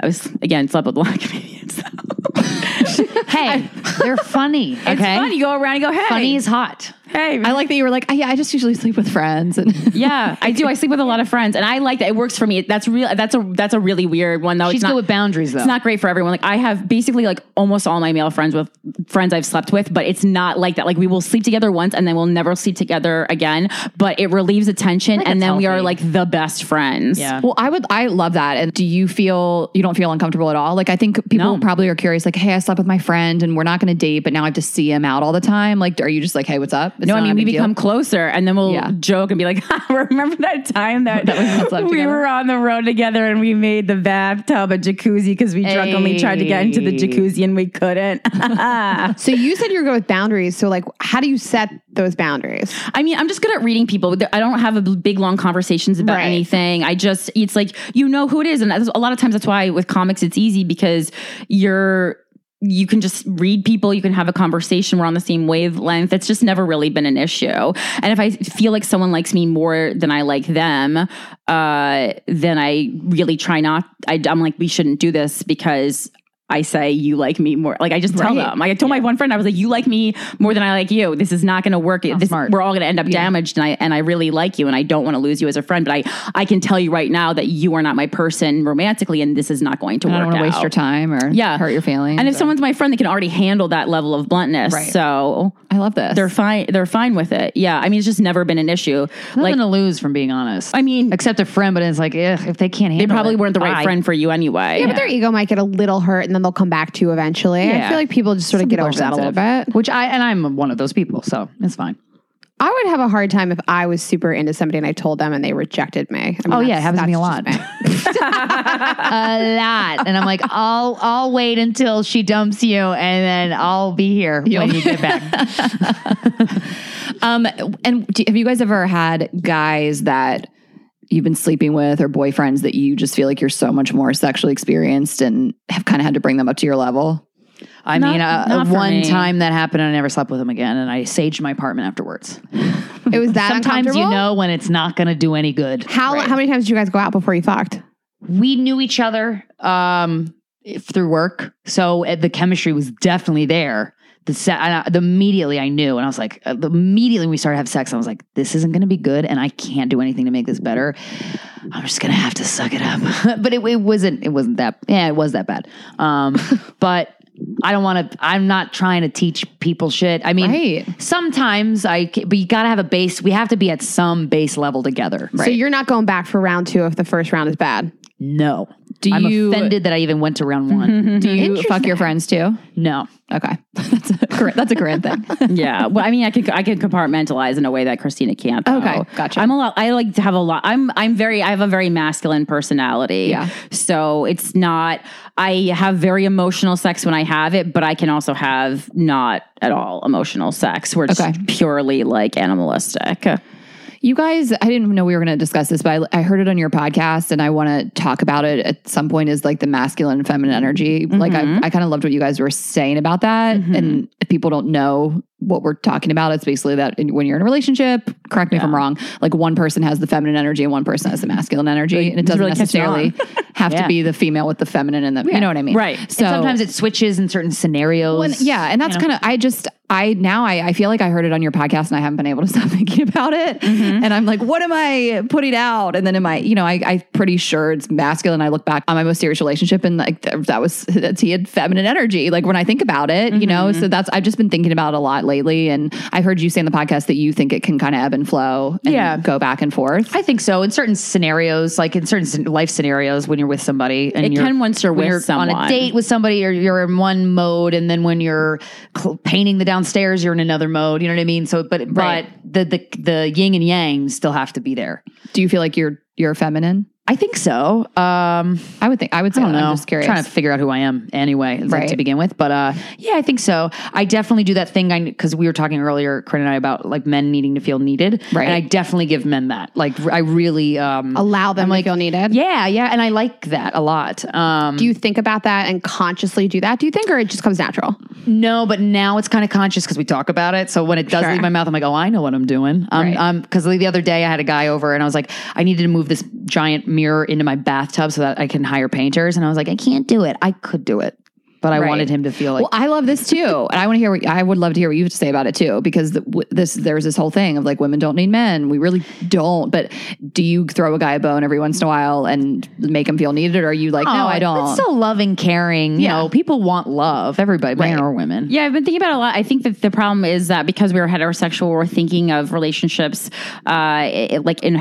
I was again slept with a lot of comedians.
hey they're funny okay
fun. You go around and go, hey,
funny is hot
hey,
I like that you were like, oh, yeah, I just usually sleep with friends. And
Yeah, I do. I sleep with a lot of friends, and I like that. It works for me. That's real. That's a that's a really weird one though.
She's
it's not,
good with boundaries though.
It's not great for everyone. Like I have basically like almost all my male friends with friends I've slept with, but it's not like that. Like we will sleep together once, and then we'll never sleep together again. But it relieves the tension, and then we are
healthy.
like the best friends.
Yeah.
well, I would, I love that. And do you feel you don't feel uncomfortable at all? Like I think people
No.
probably are curious. Like, hey, I slept with my friend, and we're not going to date, but now I have to see him out all the time. Like, are you just like, hey, what's up? It's
No,
not a
I mean we
big deal.
become closer, and then we'll
Yeah.
joke and be like,
remember that time that,
That we all slept
we
together?
were on the road together and we made the bathtub a jacuzzi because we drunkenly tried to get into the jacuzzi and we couldn't.
So you said you're good with boundaries. So like, how do you set those boundaries?
I mean, I'm just good at reading people. I don't have a big long conversations about
Right.
anything. I just it's like you know who it is, and that's- a lot of times that's why with comics it's easy because you're you can just read people you can have a conversation we're on the same wavelength it's just never really been an issue and if i feel like someone likes me more than i like them uh then i really try not I, i'm like we shouldn't do this because I say you like me more. Like I just tell them. Like I told my one friend, I was like, "You like me more than I like you. This is not going to work. This, we're all going to end up damaged." And I and I really like you, and I don't want to lose you as a friend. But I I can tell you right now that you are not my person romantically, and this is not going to
I
work.
don't want to waste
out.
your time or
Yeah.
hurt your feelings.
And if someone's my friend, they can already handle that level of bluntness. So
I love this.
they're fine. They're fine with it. Yeah. I mean, it's just never been an issue.
Nothing
like
to lose from being honest.
I mean,
except a friend, but it's like ugh, if they can't handle
they probably
it,
weren't the right
bye.
friend for you anyway.
Yeah, but their ego might get a little hurt, and then they'll come back to you eventually. I
Yeah.
feel like people just sort of get over that a little bit.
Which I and I'm one of those people, so it's fine.
I would have a hard time if I was super into somebody and I told them and they rejected me. I mean,
Oh yeah,
that's-
it happens to me a lot,
that's
a
just
lot. And I'm like, I'll I'll wait until she dumps you, and then I'll be here when you get back.
Um, and do, have you guys ever had guys that you've been sleeping with or boyfriends that you just feel like you're so much more sexually experienced and have kind of had to bring them up to your level?
I mean, uh,
not for
one
me.
time that happened, I never slept with him again, and I saged my apartment afterwards.
It was that
Sometimes you
uncomfortable?
know when it's not going to do any good.
How how many times did you guys go out before you fucked?
we knew each other um if- through work so uh, the chemistry was definitely there the se- and I- the immediately i knew and i was like uh, the- immediately when we started to have sex i was like this isn't going to be good and i can't do anything to make this better i'm just going to have to suck it up but it, it wasn't it wasn't that yeah it was that bad um but i don't want to i'm not trying to teach people shit i mean
Right.
sometimes i ca- but you got to have a base we have to be at some base level together
So you're not going back for round two if the first round is bad.
no
Do
I'm
you-
offended that I even went to round one.
Do you fuck your friends too?
no.
Okay, that's a Corinne- that's a Corinne thing.
yeah. Well, I mean, I could I could compartmentalize in a way that Christina can't. though.
Okay, gotcha.
I'm a lot. I like to have a lot. I'm I'm very. I have a very masculine personality.
Yeah.
So it's not. I have very emotional sex when I have it, but I can also have not at all emotional sex, where it's
Okay.
purely like animalistic.
You guys, I didn't know we were going to discuss this, but I, I heard it on your podcast and I want to talk about it at some point is like the masculine and feminine energy. Like, I,
Mm-hmm.
I kind of loved what you guys were saying about that. And if people don't know what we're talking about, it's basically that in- when you're in a relationship, correct me if I'm wrong, like one person has the feminine energy and one person has the masculine energy. And it doesn't
really catching
necessarily have to
Yeah.
be the female with the feminine and the, you know what I mean?
Right. And
So
and sometimes it switches in certain scenarios.
well, and- yeah, and that's kind of I just I now I, I feel like I heard it on your podcast and I haven't been able to stop thinking about it. And I'm like, what am I putting out? And then in my, you know, I I'm pretty sure it's masculine. I look back on my most serious relationship and like th- that was that's he had feminine energy. Like when I think about it, you know, so that's I've just been thinking about it a lot lately. And I've heard you say in the podcast that you think it can kind of ebb and flow and
Yeah.
go back and forth.
I think so. In certain scenarios, like in certain scen- life scenarios, when you're with somebody, and
It
you're,
can once you're
when
with
you're on
someone.
a date with somebody, or you're in one mode, and then when you're cl- painting the downstairs, you're in another mode. You know what I mean? So, but
Right.
but the the the yin and yang still have to be there.
Do you feel like you're you're feminine?
I think so. Um,
I would think I would say
I don't
that.
know.
I'm just curious.
trying to figure out who I am anyway, like,
Right.
to begin with. But uh, yeah, I think so. I definitely do that thing. I because we were talking earlier, Corinne and I, about like men needing to feel needed.
Right.
And I definitely give men that. Like I really um,
Allow them to feel needed.
Yeah, yeah, and I like that a lot. Um,
Do you think about that and consciously do that? Do you think, or it just comes natural?
no, but now it's kind of conscious because we talk about it. So when it does
Sure.
leave my mouth, I'm like, oh, I know what I'm doing. Um, um, because the other day I had a guy over and I was like, I needed to move this giant mirror into my bathtub so that I can hire painters, and I was like, I can't do it. I could do it, but I wanted him to feel like.
well, I love this too, and I want to hear. What, I would love to hear what you have to say about it too, because the, w- this there's this whole thing of like women don't need men. We really don't. But do you throw a guy a bone every once in a while and make him feel needed, or are you like, no,
Oh,
I don't?
It's still loving, caring. You
Yeah.
know, people want love. Everybody, men
Right.
or women.
Yeah, I've been thinking about it a lot. I think that the problem is that because we are heterosexual, we're thinking of relationships uh, i- like in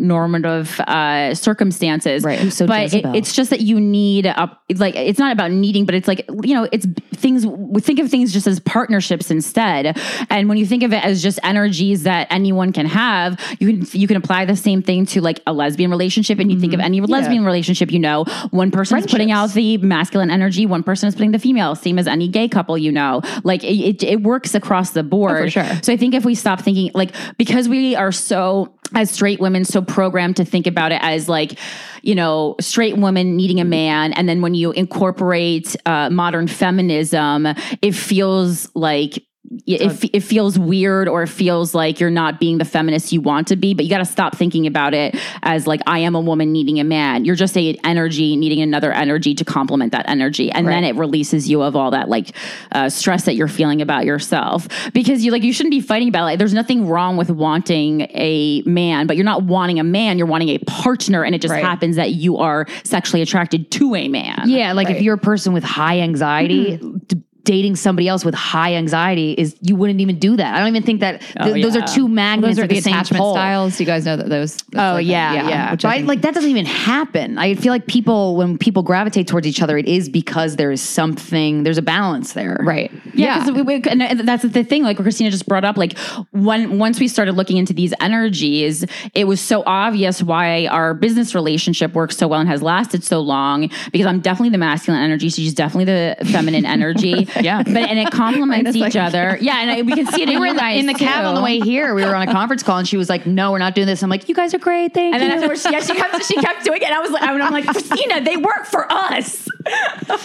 heteronormative uh, circumstances.
Right. Who's
so
but it,
Jezebel?
it's just that you need a like. It's not about needing, but it's like you know, it's things. We think of things just as partnerships instead. And when you think of it as just energies that anyone can have, you can you can apply the same thing to like a lesbian relationship. And you think of any lesbian relationship, you know, one person is putting out the masculine energy, one person is putting the female. Same as any gay couple, you know. Like it, it, it works across the board.
sure.
So I think if we stop thinking, like, because we are so, as straight women, so programmed to think about it as like, you know, straight woman needing a man. And then when you incorporate uh, modern feminism, it feels like, it, it feels weird or it feels like you're not being the feminist you want to be, but you got to stop thinking about it as like, I am a woman needing a man. You're just a energy needing another energy to complement that energy. And then it releases you of all that like uh, stress that you're feeling about yourself because you like, you shouldn't be fighting about it. Like, there's nothing wrong with wanting a man, but you're not wanting a man, you're wanting a partner. And it just happens that you are sexually attracted to a man.
Yeah, like if you're a person with high anxiety,
Mm-hmm.
d- dating somebody else with high anxiety is you wouldn't even do that. I don't even think that th- those are two magnets
Oh, those are
of the,
the
same
attachment
pole.
styles. You guys know that those. that's
Oh
like a-
yeah, yeah.
which
But
I
I-
think-
like that doesn't even happen. I feel like people when people gravitate towards each other, it is because there is something. There's a balance there,
right.
Yeah, 'cause we- we- and and that's the thing. Like Christina just brought up, like when once we started looking into these energies, it was so obvious why our business relationship works so well and has lasted so long. Because I'm definitely the masculine energy, she's definitely the feminine energy. yeah, but and it complements each other. Yeah, and I, we can see it in,
We were
you
in the,
guys
in the cab
too.
on the way here. We were on a conference call, and she was like, "No, we're not doing this." I'm like, "You guys are great, thank
And
you."
then afterwards, she, yeah, she kept she kept doing it. And I was like, and I'm like, Christina, they work for us.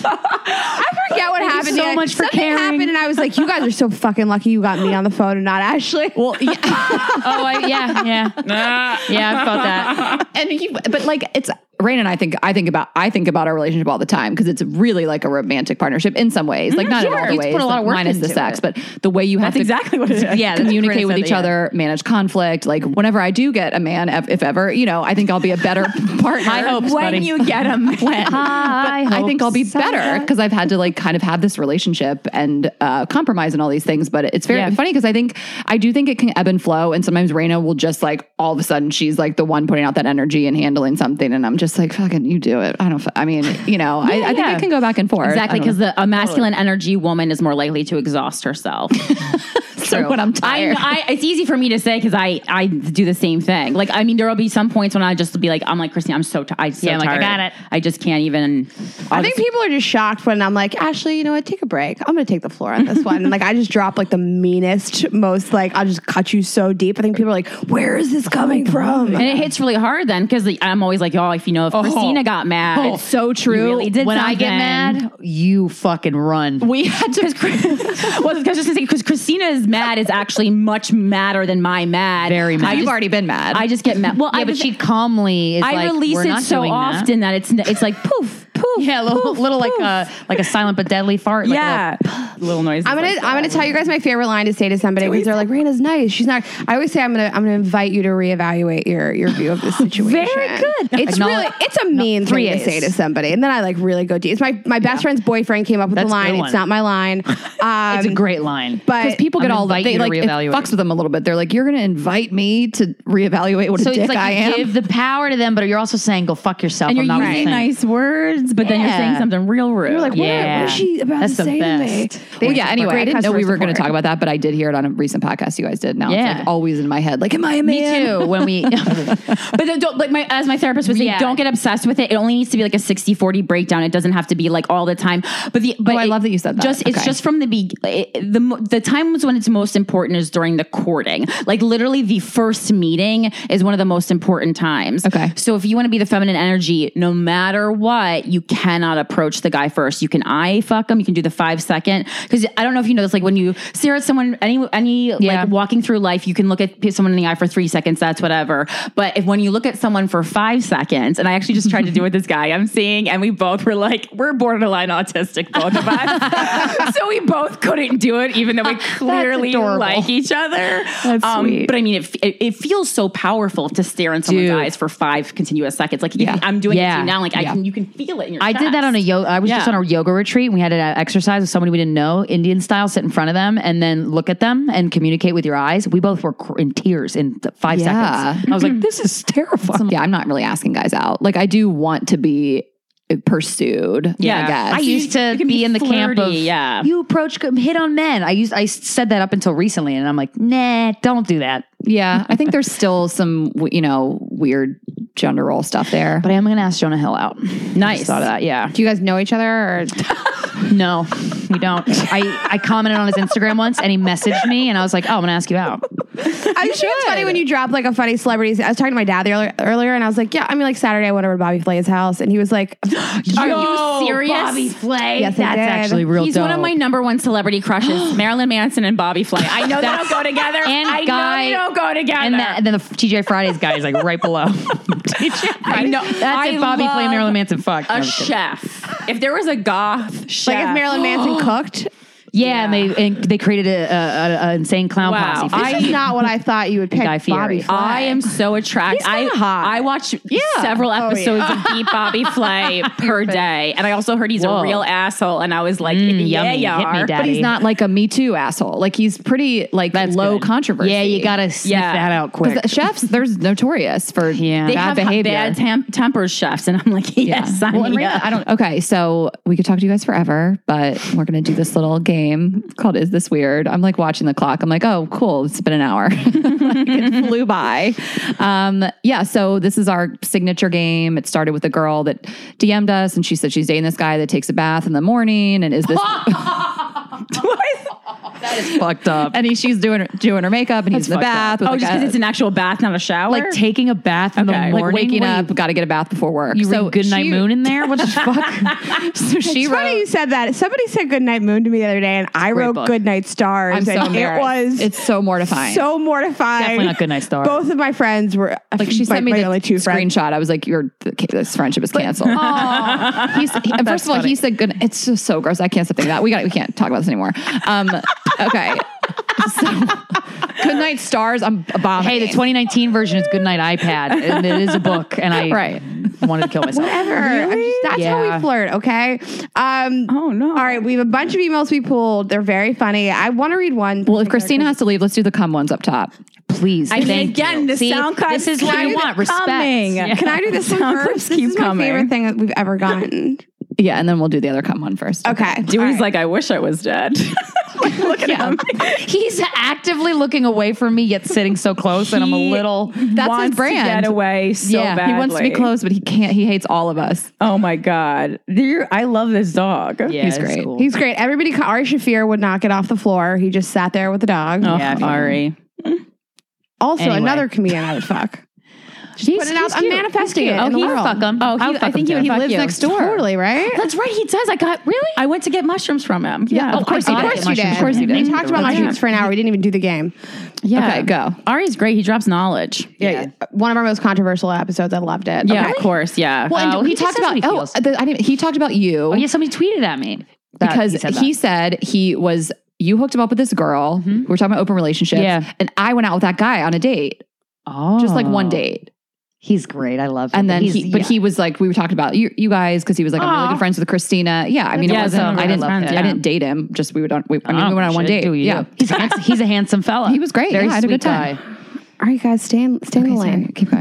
I forget what
you
happened.
so
Yeah,
much for
Something
caring.
happened, and I was like, "You guys are so fucking lucky. You got me on the phone and not Ashley."
well, yeah.
Oh, I, yeah, yeah, yeah. I felt that.
and you, but like it's Rain and I think I think about I think about our relationship all the time because it's really like a romantic partnership in some ways, like not in all the
You
ways.
put a lot of
like
work
minus the
into
sex,
it.
but the way you have to
exactly what it is.
yeah,
That's
communicate with
said
each
it, yeah.
other, manage conflict. Like whenever I do get a man, if, if ever, you know, I think I'll be a better partner. I hope
When you get a man.
I, think I'll be better because I've had to like kind of have this relationship and uh, compromise and all these things. But it's very funny because I think I do think it can ebb and flow, and sometimes Raina will just like all of a sudden she's like the one putting out that energy and handling something, and I'm just like fucking you do it. I don't. f- I mean, you know, I, I think
yeah.
it can go back and forth I
Exactly,
don't know.
because a masculine energy woman is more likely to exhaust herself.
so when I'm
I,
tired.
I it's easy for me to say because I I do the same thing. Like I mean, there will be some points when I just be like, I'm like Christine, I'm so tired. I'm so
Yeah, I'm like, I
tired.
got it.
I just can't even.
I think people are just shocked when I'm like, Ashley, you know what? Take a break. I'm gonna take the floor on this one. And like, I just drop like the meanest, most like I'll just cut you so deep. I think people are like, where is this
Oh
coming from?
And it hits really hard then because I'm always like, oh, if you know if Christina got mad,
Oh.
it's so true.
really did
when I get
something.
mad,
You fucking run.
we had to.
well, because just because Christina's mad is actually much madder than my mad.
Very mad.
I
You've
just,
already been mad.
I just get mad. Well,
yeah,
I
but
was-
she calmly is
I
like,
release
"We're
it
not
so
doing that."
often that. it's it's like poof poof.
Yeah, a little,
poof,
little like
poof.
a like a silent but deadly fart. like a little-
yeah.
little noise.
I'm gonna I'm gonna tell you guys my favorite line to say to somebody because they're like, Raina's nice. She's not. I always say I'm gonna I'm gonna invite you to reevaluate your your view of the situation. Very good. It's
Acknowledge-
really it's a mean
three
thing
A's.
to say to somebody, and then I like really go deep. It's my my best friend's boyfriend came up with
That's
the
a good
line.
one.
It's not my line. Um,
it's a great line.
but
People get
I'm
all
invite
they
you to
like it
reevaluate.
fucks with them a little bit. They're like, "You're going to invite me to reevaluate what
so
a
it's
dick
like
I
you
am."
give the power to them, but you're also saying, "Go fuck yourself."
and
I'm
you're
not
using
listening.
nice words, but then you're
Yeah.
saying something real rude. You're like,
Yeah,
what is she about
That's
to
the
say
best.
to me?
Well, yeah. Anyway,
Great
I didn't know
customer
we were going to
support.
talk about that, but I did hear it on a recent podcast you guys did. Now it's
Yeah.
like always in my head. Like, am I a
Me
man?
too. When we
But then don't like my as my therapist was saying,
Yeah.
don't get obsessed with it. It only needs to be like a 60-40 breakdown. It doesn't have to be like all the time. But the but
Oh, I
it-
love that you said that.
Just it's
Okay.
just from the be it- the mo- the times when it's most important is during the courting. Like literally the first meeting is one of the most important times.
Okay.
So if you want to be the feminine energy, no matter what, you cannot approach the guy first. You can eye fuck him. You can do the five second because I don't know if you know this. Like when you stare at someone, any any
Yeah.
like walking through life, you can look at p- someone in the eye for three seconds. That's whatever. But if when you look at someone for five seconds, and I actually just tried to do with this guy I'm seeing, and we both were like, we're borderline autistic, both of us. so we both couldn't do it, even though we clearly
adorable.
like each other. That's
sweet.
But I mean, it, f- it, it feels so powerful to stare in someone's
Dude.
eyes for five continuous seconds. Like
Yeah.
I'm doing it
Yeah.
to you now. Like I
Yeah.
can, you can feel it in your.
I did that on a
chest.
yoga. I was just
Yeah.
on a yoga retreat. and We had an exercise with somebody we didn't know, Indian style. Sit in front of them and then look at them and communicate with your eyes. We both were cr- in tears in th- five
Yeah.
seconds. I was like, "This is terrifying."
yeah, I'm not really asking guys out. Like, I do want to be pursued. I guess.
I used to be, in the camp of
flirty, yeah.
You approach hit on men. I used I said that up until recently, and I'm like, nah, don't do that.
yeah, I think there's still some you know weird gender role stuff there.
But I am gonna ask Jonah Hill out. Nice thought of that. Yeah.
Do you guys know each other? Or
No, we don't. I I commented on his Instagram once, and he messaged me, and I was like, oh, I'm gonna ask you out.
I'm sure it's funny when you drop like a funny celebrity. I was talking to my dad the earlier, earlier, and I was like, "Yeah, I mean, like Saturday, I went over to Bobby Flay's house, and he was like,
Are you serious?
Bobby Flay.
Yes, I
that's
did.
actually real.
He's one of
dope.
my number one celebrity crushes, Marilyn Manson and Bobby Flay. I know they don't go together.
and
I
guy-
know they don't go together.
And, that, and then the TJ Fridays guy is like right below. TJ Fridays.
know.
That's
I
if Bobby Flay
love
and Marilyn Manson fucked. No,
a
I'm just kidding.
chef. If there was a goth chef,
like if Marilyn Manson cooked,
Yeah, and they and they created a, a, a, a insane clown
Wow.
posse. for
I-
him.
this is not what I thought you would pick.
Guy Fieri.
Bobby Flay.
I am so attracted.
He's kinda
I
hot.
I watch several episodes of Beat Bobby Flay per day, and I also heard he's
Whoa.
a real asshole, and I was like,
Mm,
yeah,
yummy.
you
Hit me,
are.
Daddy.
But he's not like a Me Too asshole. Like he's pretty like low controversy.
Yeah, you gotta sniff
Yeah.
that out quick.
'Cause the chefs, they're notorious for yeah.
Yeah. They
bad
They have
behavior.
bad tem- tempers, chefs, and I'm like, yes, I
Well, and
need
Raina,
it.
I don't. Okay, so we could talk to you guys forever, but we're gonna do this little game called "Is This Weird?" I'm like watching the clock. I'm like, oh, cool. It's been an hour. like, it flew by. Um, yeah. So this is our signature game. It started with a girl that DM'd us, and she said she's dating this guy that takes a bath in the morning. And is this? that is fucked up. And he, she's doing her, doing her makeup, and he's in the bath. With
Oh,
like
just
a-
because it's an actual bath, not a shower.
like taking a bath in
Okay.
the
Like
morning,
like waking
What do you-
up, got to get a bath before work.
You read Goodnight
she-
Moon in there? What the fuck?
So she
It's
wrote.
funny you said that. Somebody said Goodnight Moon to me the other day, and I wrote
book.
Goodnight Stars.
I'm so
and it
embarrassed.
was
It's so mortifying.
so mortifying.
Definitely not Goodnight Stars.
Both of my friends were
like she
my,
sent me
my
the
only two
screenshot.
friends.
I was like, "Your this friendship is canceled." He's- he- and first of all, he said, "Good." It's just so gross. I can't stop thinking that. We got. We can't talk about this anymore. Um, okay. So, good night, stars. I'm bombing.
Hey, the 2019 version is Goodnight iPad, and it is a book, and I
Right.
wanted to kill myself.
Whatever. I'm just- that's how
Yeah.
we flirt, okay? Um,
Oh, no.
All right, we have a bunch of emails we pulled. They're very funny. I want to read one.
Well, if Christina has to leave, let's do the cum ones up top.
Please,
I mean,
thank
again,
you.
the
See,
sound cuts
This is what I
keep
want. Respect.
coming.
Yeah.
Can I do this one
Sound
first?
clips
This
keep
is my
coming.
favorite thing that we've ever gotten.
Yeah, and then we'll do the other cum one first.
Okay.
Dewey's like, I wish I was dead. Look at him.
He's actively looking away from me, yet sitting so close, and I'm a
He
little.
That's
wants
his brand.
To get away so
yeah, he wants to be
badly.
close, but he can't. He hates all of us.
Oh my god, You're- I love this dog.
Yeah,
He's
it's
great.
cool.
He's great. Everybody, ca- Ari Shafir would not get off the floor. He just sat there with the dog.
Oh,
Yeah, I mean-
Ari.
Also,
Anyway.
another comedian I would fuck.
Just he's,
put it out- I'm manifesting it
Oh,
in the
he
world.
fuck him.
Oh, he-
would
I
fuck
think
him,
he- he
too. Fuck
lives
you.
next door.
Totally, right?
That's right. He does. I got really.
I went to get mushrooms from him. Yeah,
Oh, of course he
Of
did.
course you did.
Of course he
We
did.
talked about
Yeah.
mushrooms for an hour. We didn't even do the game.
Yeah.
Okay, go.
Ari's great. He drops knowledge.
Yeah. One of our most controversial episodes. I loved it.
Yeah,
Okay.
of course. Yeah.
Well, and
Oh,
he,
he
talked
says
about
what he
oh,
feels.
the, I didn't, he talked about you
Oh yeah, somebody tweeted at me that
because
he
he said,
said that.
he was you hooked him up with this girl. We were talking about open relationships,
Yeah.
and I went out with that guy on a date,
oh,
just like one date,
He's great. I love him.
and then
He's-
he, but
yeah.
he was like, we were talking about you, you guys, because he was like, I'm really
Aw.
good friends with Christina. Yeah, I mean,
Yeah,
it wasn't,
so
I
really
didn't,
loved
I
him.
didn't date him. Just we would, on, we, I mean,
Oh,
we went on one
shit,
date.
do you?
yeah,
he's a handsome, he's a handsome fella.
He was great.
Very
Yeah, I had a
sweet
good time.
guy.
All right, guys, stay in, stay in the
Okay, sorry,
lane.
keep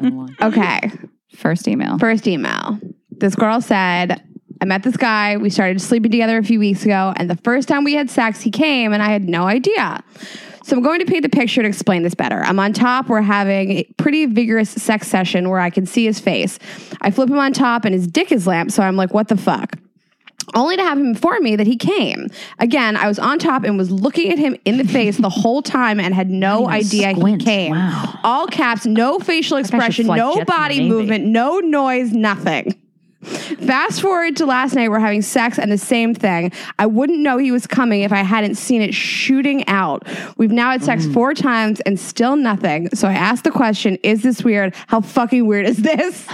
going.
Um, okay.
First email.
First email. This girl said, I met this guy. We started sleeping together a few weeks ago. And the first time we had sex, he came and I had no idea. So I'm going to paint the picture to explain this better. I'm on top. We're having a pretty vigorous sex session where I can see his face. I flip him on top and his dick is lamped. So I'm like, what the fuck? only to have him inform me that he came. Again, I was on top and was looking at him in the face the whole time and had no idea
squint.
he came.
Wow.
All caps, no facial expression,
fly
no
jet from the
body
Navy.
movement, no noise, nothing. Fast forward to last night, we're having sex and the same thing. I wouldn't know he was coming if I hadn't seen it shooting out. We've now had sex four times and still nothing. So I asked the question, is this weird? How fucking weird is this?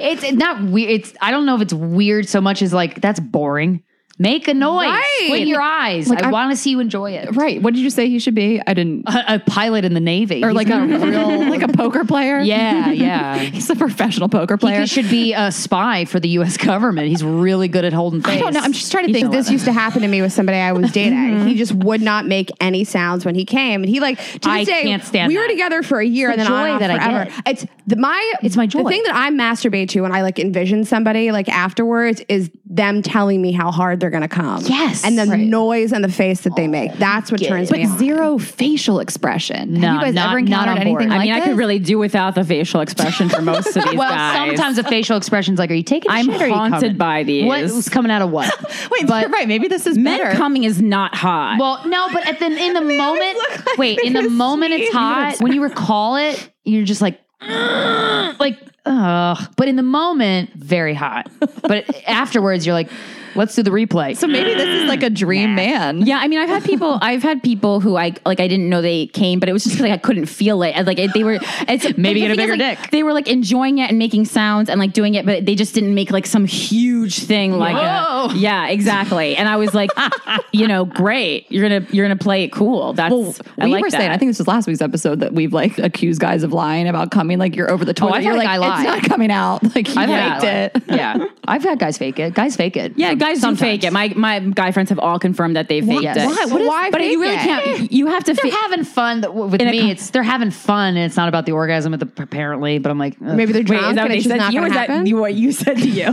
It's it's not weird. It's I don't know if it's weird so much as like that's boring. Make a noise.
Right.
Squint your eyes. I want to see you enjoy it.
Right. What did you say he should be? I didn't.
A, a pilot in the navy,
Or
He's
like a
not
real, like a poker player.
Yeah, yeah.
He's a professional poker
He
player.
could- should be a spy for the U.S. government. He's really good at holding face.
I don't know. I'm just trying to think.
this
This
used to happen to me with somebody I was
Mm-hmm.
dating. he just would not make any sounds when he came, and he like to this
I
day,
can't stand
We were
that.
together for a year,
It's the
and then on
joy
and off
that I
forever. It's the, my
It's my
The
joy.
thing that I masturbate to when I like envision somebody like afterwards is them telling me how hard they're gonna come.
Yes.
and the
Right. Oh,
noise and the face that they make. That's what turns me on.
zero facial expression.
No,
Have you guys
not-
ever
not
encountered
on board.
anything
I
like
I mean, I
this?
could really do without the facial expression for most of these
well,
guys.
sometimes the facial expressions like, are you taking? a
I'm
shit or are you
haunted
coming?
by these.
What was coming out of what?
Wait,
but-
right? Maybe this is
men
better.
coming is not hot.
well, no, but at the in the moment, wait, in the moment it's hot. When you recall it, you're just like, like, ugh. But in the moment, very hot. But afterwards, you're like, let's do the replay.
so maybe this is like a dream man.
yeah, I mean, I've had people. I've had people who I like. I didn't know they came, but it was just like I couldn't feel it. And, Like it- they were. It's,
Maybe get
but
a
the thing is,
bigger
like,
dick.
They were like enjoying it and making sounds and like doing it, but they just didn't make like some huge thing. Like, a- yeah, exactly. And I was like, you know, great. You're gonna you're gonna play it cool. That's I
we
like
were
that.
saying, I think this was last week's episode that we've like accused guys of lying about coming. Like you're over the toilet.
I've
you're
had
like,
a guy lie.
it's not coming out. Like you
I've had
faked
a
it.
guy lie. Yeah, I've had guys fake it. Guys fake it.
Yeah, guys do fake it. My my guy friends have all confirmed that they faked
Yes.
it.
Why?
What is- Why
but
fake
you really
it?
can't. You have to.
They're
Fa-
having fun th- with
In a
me.
con-
it's they're having fun, and it's not about the orgasm at the, apparently. But I'm like, ugh,
Maybe they're
Wait, is
drunk
that what
and
they
it's just
said
not
to you? Or
gonna
is that
happen.
you- what you said to you?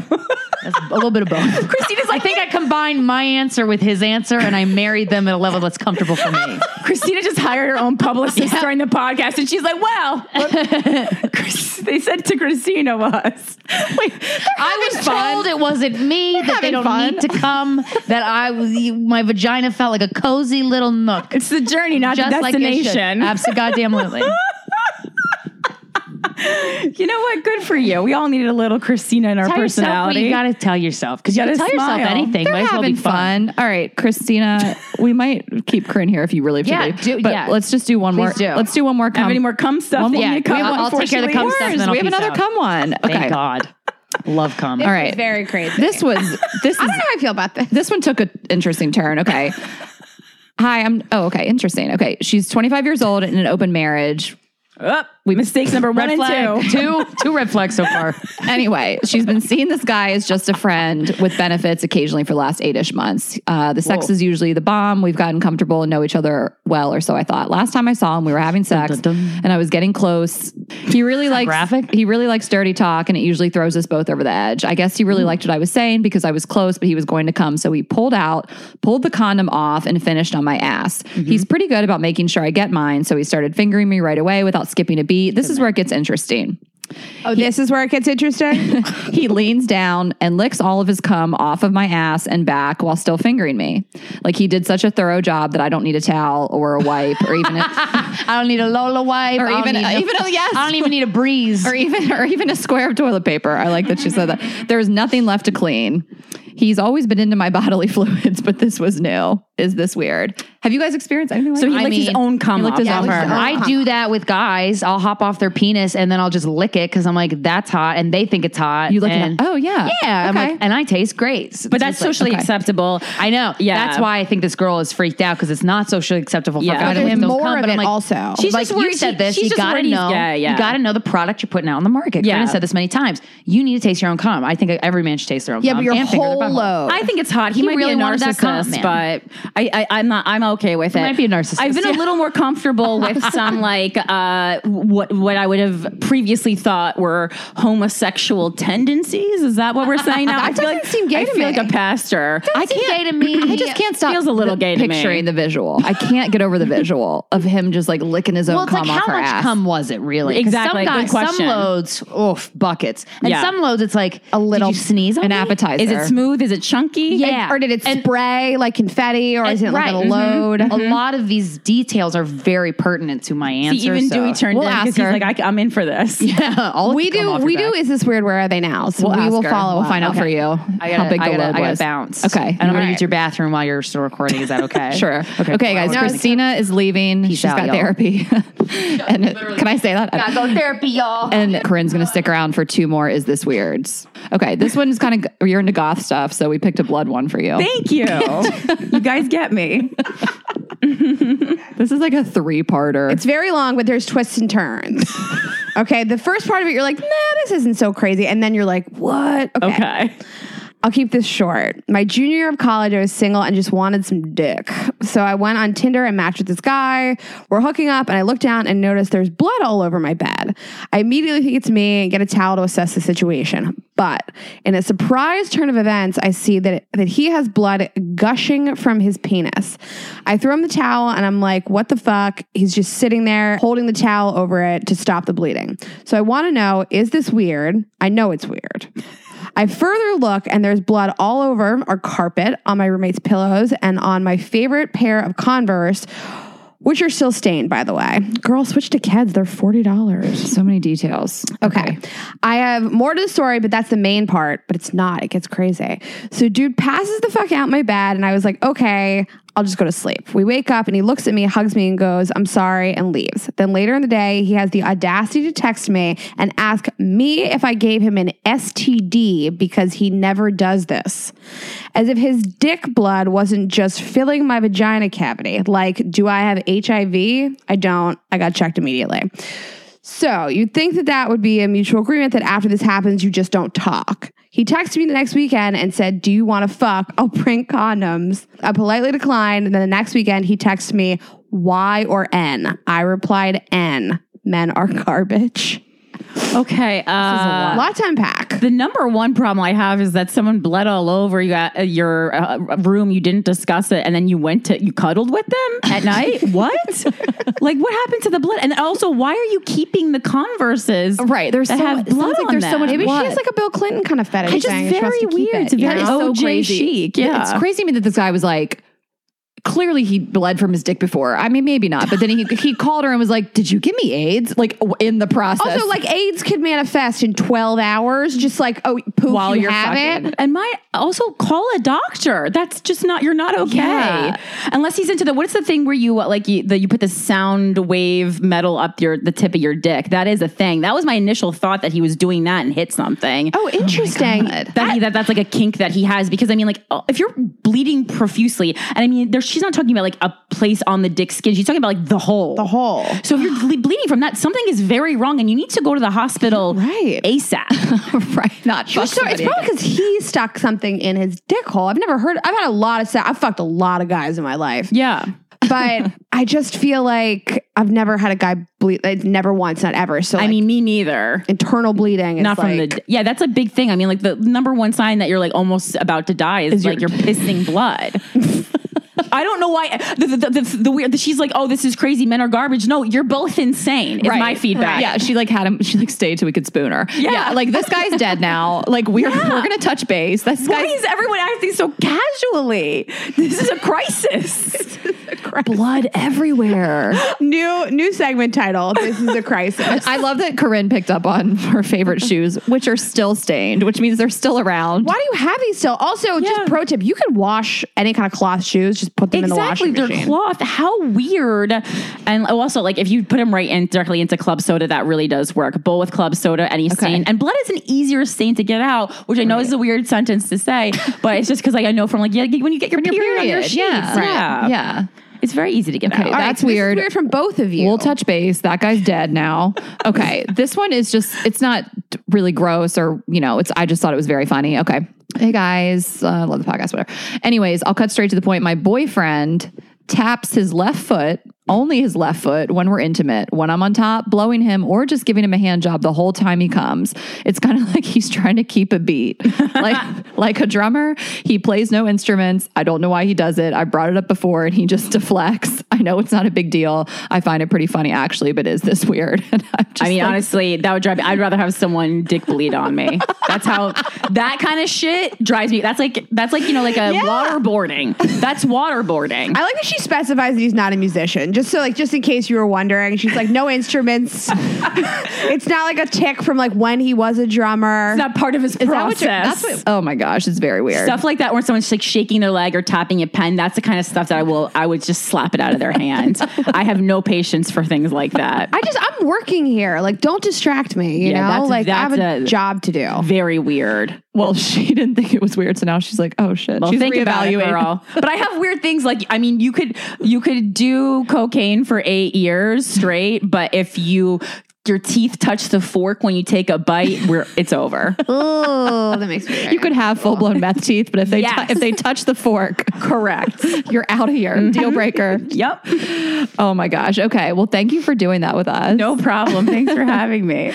that's a little bit of both. Christina's like, I think I combined my answer with his answer, and I married them at a level that's comfortable for me.
Christina just hired her own publicist during the podcast, and she's like, "Well, what- Chris, they said to Christina was, wait,
I was told it wasn't me that they don't need to come. That I was my vagina felt like a cozy little nook,
it's the journey, not
just
the
like it should.
destination."
Absolutely, goddamn, absolutely.
you know what? Good for you. We all needed a little Christina in our
Tell yourself what
personality.
you gotta tell yourself because you,
You
can tell
gotta
yourself
smile.
anything.
They're
Might as well be
having fun. All right, Christina, we might keep Corinne here if you really have
Yeah,
to leave.
do-
but
yeah.
let's just do one more.
Please do.
Let's do one more. Cum.
Have any more cum stuff?
One
that
more-
you
Yeah,
need to cum
we have-
on,
I'll take care of the cum
unfortunately?
stuff. and then I'll
we have
peace
another
out.
cum one. Okay.
Thank God. Love cum.
All right.
Very crazy.
This was this
I
is
don't know how I feel about this.
this one took an interesting turn. Okay. Hi, I'm. Oh, okay. Interesting. Okay. She's 25 years old in an open marriage.
Up. We mistakes number one
Red
and
flag.
two.
two two red flags so far.
Anyway, she's been seeing this guy as just a friend with benefits occasionally for the last eight ish months. Uh, the sex is usually the bomb. We've gotten comfortable and know each other well, or so I thought. Last time I saw him, we were having sex
dun, dun.
and I was getting close. He really likes
graphic?
he really likes dirty talk and it usually throws us both over the edge. I guess he really liked what I was saying because I was close, but he was going to come. So he pulled out, pulled the condom off, and finished on my ass. He's pretty good about making sure I get mine. So he started fingering me right away without skipping a beat. This is where it gets interesting.
Oh, this is where it gets interesting.
He leans down and licks all of his cum off of my ass and back while still fingering me. Like he did such a thorough job that I don't need a towel or a wipe or even a,
I don't need a Lola wipe.
Or
I don't
even-
need
uh,
no-
even a- yes.
I don't even need a breeze.
or even or even a square of toilet paper. I like that she said that. There is nothing left to clean. He's always been into my bodily fluids, but this was new. Is this weird? Have you guys experienced anything like
So he
that?
licked his
mean,
own cum
licked
up.
his own
Yeah,
cum.
I do that with guys. I'll hop off their penis and then I'll just lick it because I'm like, that's hot, and they think it's hot.
You look at
and,
oh yeah.
yeah, I'm
Okay.
like, and I taste great. So
But
it's
that's
just like,
socially
okay.
acceptable.
I know.
Yeah.
that's why I think this girl is freaked out because it's not socially acceptable for
Yeah. But
guys. to
there's
lick those
more
cum,
of
but I'm
it
like,
also.
She's
like
just worried
you said
she-
this,
she's
you
just
gotta
worried he's
know.
gay, yeah.
You gotta know the product you're putting out on the market.
Yeah.
Karina said this many times. You need to taste your own cum. I think every man should taste their own
yeah,
cum.
but your
and finger their
whole
butthole.
load.
I think it's hot. He,
He
might
really
be a
wanted that cum,
narcissist,
man.
but I, I, I'm not. I'm okay with it.
might be a narcissist,
I've been a little more comfortable with some like uh, what what I would have previously thought were homosexual tendencies. Is that what we're saying now? I feel like,
doesn't seem gay
I
to
feel
me.
like a pastor.
I can't. Gay to me.
I just can't stop
Feels a little
the-
gay to me.
picturing the visual. I can't get over the visual of him just like licking his own
Well, it's like
cum off
how
her
much
ass.
cum was it really? 'Cause
Exactly,
Some,
good question.
some loads, oof, buckets, and
Yeah.
some loads it's like a
little-
Did you sneeze on
an
me?
appetizer.
Is it smooth? Is it chunky?
Yeah.
or did it
And-
spray like confetti, or is it like
right.
a
mm-hmm.
load?
A lot of these details are very pertinent to my answer.
See, even
so.
Dewey turned
We'll
in
ask
because he's
her.
like, I, am in for this.
All
We
of them
do.
off your
We
back.
do. Is this weird? Where are they now? So
We'll
we
ask
will
her.
follow.
We'll
up.
find out
Okay.
for you
I gotta,
how big the
I gotta,
load
I gotta
was.
bounce.
Okay,
and I'm gonna
All
use your bathroom while you're still recording. Is that okay?
Sure. Okay, guys. Christina is leaving. She's
out,
got
y'all.
therapy. and can I say that?
I go therapy, y'all.
And Corinne's going to stick around for two more. Is this weird? Okay, this one's kind of you're into goth stuff, so we picked a blood one for you.
Thank you. you guys get me.
This is like a three-parter.
It's very long, but there's twists and turns. okay. The first part of it, you're like, nah, this isn't so crazy, and then you're like, what?
Okay.
I'll keep this short. My junior year of college, I was single and just wanted some dick. So I went on Tinder and matched with this guy. We're hooking up, and I look down and notice there's blood all over my bed. I immediately think it's me and get a towel to assess the situation. But in a surprise turn of events, I see that, that he has blood gushing from his penis. I throw him the towel and I'm like, what the fuck? He's just sitting there holding the towel over it to stop the bleeding. So I want to know is this weird? I know it's weird. I further look and there's blood all over our carpet, on my roommate's pillows, and on my favorite pair of Converse, which are still stained, by the way. Girl, switch to Keds. They're $40.
so many details.
Okay. I have more to the story, but that's the main part, but it's not. It gets crazy. So, dude passes the fuck out my bed, and I was like, okay, I'll just go to sleep. We wake up, and he looks at me, hugs me, and goes, I'm sorry, and leaves. Then later in the day, he has the audacity to text me and ask me if I gave him an STD because he never does this. As if his dick blood wasn't just filling my vagina cavity. Like, do I have HIV? I don't. I got checked immediately. So you'd think that that would be a mutual agreement that after this happens, you just don't talk. He texted me the next weekend and said, Do you want to fuck? I'll bring condoms. I politely declined. And then the next weekend, he texted me, Y or N? I replied, N. Men are garbage.
Okay. Uh,
A lot to unpack.
The number one problem I have is that someone bled all over you got, uh, your uh, room. You didn't discuss it, and then you went to you cuddled with them at night. what? like what happened to the blood? And also, why are you keeping the converses?
Right, there's
that
so-
have
it sounds
blood
like
on
there's so
them?
much
Maybe
What?
she has like a Bill Clinton kind of fetish.
It's
thing. and she
just
wants
very
to keep
weird.
it,
It's
you
very
know?
so
OJ
crazy.
chic. Yeah,
It's crazy to me that this guy was like, clearly he bled from his dick before. I mean, maybe not, but then he, he called her and was like, Did you give me AIDS? Like w- in the process.
Also, like AIDS could manifest in 12 hours, just like, oh, poof,
While
you
you're
have
fucking.
it.
And my also call a doctor. That's just not you're not okay.
Yeah.
Unless he's into the what's the thing where you uh, like you, the, you put the sound wave metal up your the tip of your dick. That is a thing. That was my initial thought that he was doing that and hit something.
Oh, interesting.
that, he, that that's like a kink that he has because I mean like oh, if you're bleeding profusely and I mean there she's not talking about like a place on the dick skin. She's talking about like the hole.
The hole.
So if you're ble- bleeding from that, something is very wrong, and you need to go to the hospital
Right.
ASAP.
right? Not fuck
So it's
somebody.
probably because he stuck something in his dick hole. I've never heard. I've had a lot of. se- I've fucked a lot of guys in my life.
yeah.
but I just feel like I've never had a guy bleed. Like, never once, not ever. So
I mean, me neither.
internal bleeding. It's
Not from
like-
the yeah. That's a big thing. I mean, like the number one sign that you're like almost about to die is, like you're pissing blood. I don't know why the the, the, the, the weird. she's like, oh, this is crazy. Men are garbage. No, you're both insane. Is my feedback.
Yeah, she like had him. She like stayed till we could spoon her. Yeah, like this guy's dead now. Like we're we're gonna touch base. This
Why
guy's
is everyone acting so casually? This is a crisis.
blood everywhere.
new new segment title. This is a crisis.
I love that Corinne picked up on her favorite shoes, which are still stained, which means they're still around.
Why do you have these still? Also, just pro tip: you can wash any kind of cloth shoes. Just put them
Exactly,
in the
they're
washing machine.
cloth. How weird! And also, like if you put them right in directly into club soda, that really does work. Bowl with club soda, any stain, and blood is an easier stain to get out, which I know is a weird sentence to say, but it's just because like I know from like yeah, when you get your,
Your
period, on your sheets,
Yeah.
yeah.
Yeah.
it's very easy to get
Okay,
out.
All right,
that's
so this is
weird.
weird from both of you.
We'll touch base. That guy's dead now. Okay. this one is just, it's not really gross or, you know, it's, I just thought it was very funny. Okay. Hey guys, uh, love the podcast, whatever. Anyways, I'll cut straight to the point. My boyfriend taps his left foot, only his left foot, when we're intimate, when I'm on top, blowing him or just giving him a hand job the whole time he comes. It's kind of like he's trying to keep a beat. like like a drummer, he plays no instruments. I don't know why he does it. I brought it up before and he just deflects. I know it's not a big deal. I find it pretty funny actually, but is this weird? And I'm just
I mean,
like,
honestly, that would drive me. I'd rather have someone dick bleed on me. That's how that kind of shit drives me. That's like that's like you know like a waterboarding. That's waterboarding.
I like that she specifies that he's not a musician. Just so like just in case you were wondering, she's like no instruments. it's not like a tick from like when he was a drummer.
It's not part of his
is that
process.
what you're- that's what- oh my gosh, it's very weird.
stuff like that where someone's like shaking their leg or tapping a pen that's the kind of stuff that i will i would just slap it out of their hand i have no patience for things like that
I just I'm working here. Like don't distract me, you
Yeah,
know?
that's-
like I have
that's
a,
a-
job to do.
very weird
well, she didn't think it was weird, so now she's like, oh shit.
well
she's
think about it
reevaluating.
girl but i have weird things like i mean you could you could do cocaine for eight years straight but if you your teeth touch the fork when you take a bite we're, it's over
oh, that makes me
You could have full blown meth teeth, but if they
Yes.
tou- if they touch the fork,
correct
you're out of here. Deal breaker.
yep
Oh my gosh. Okay. Well, thank you for doing that with us.
no problem thanks for having me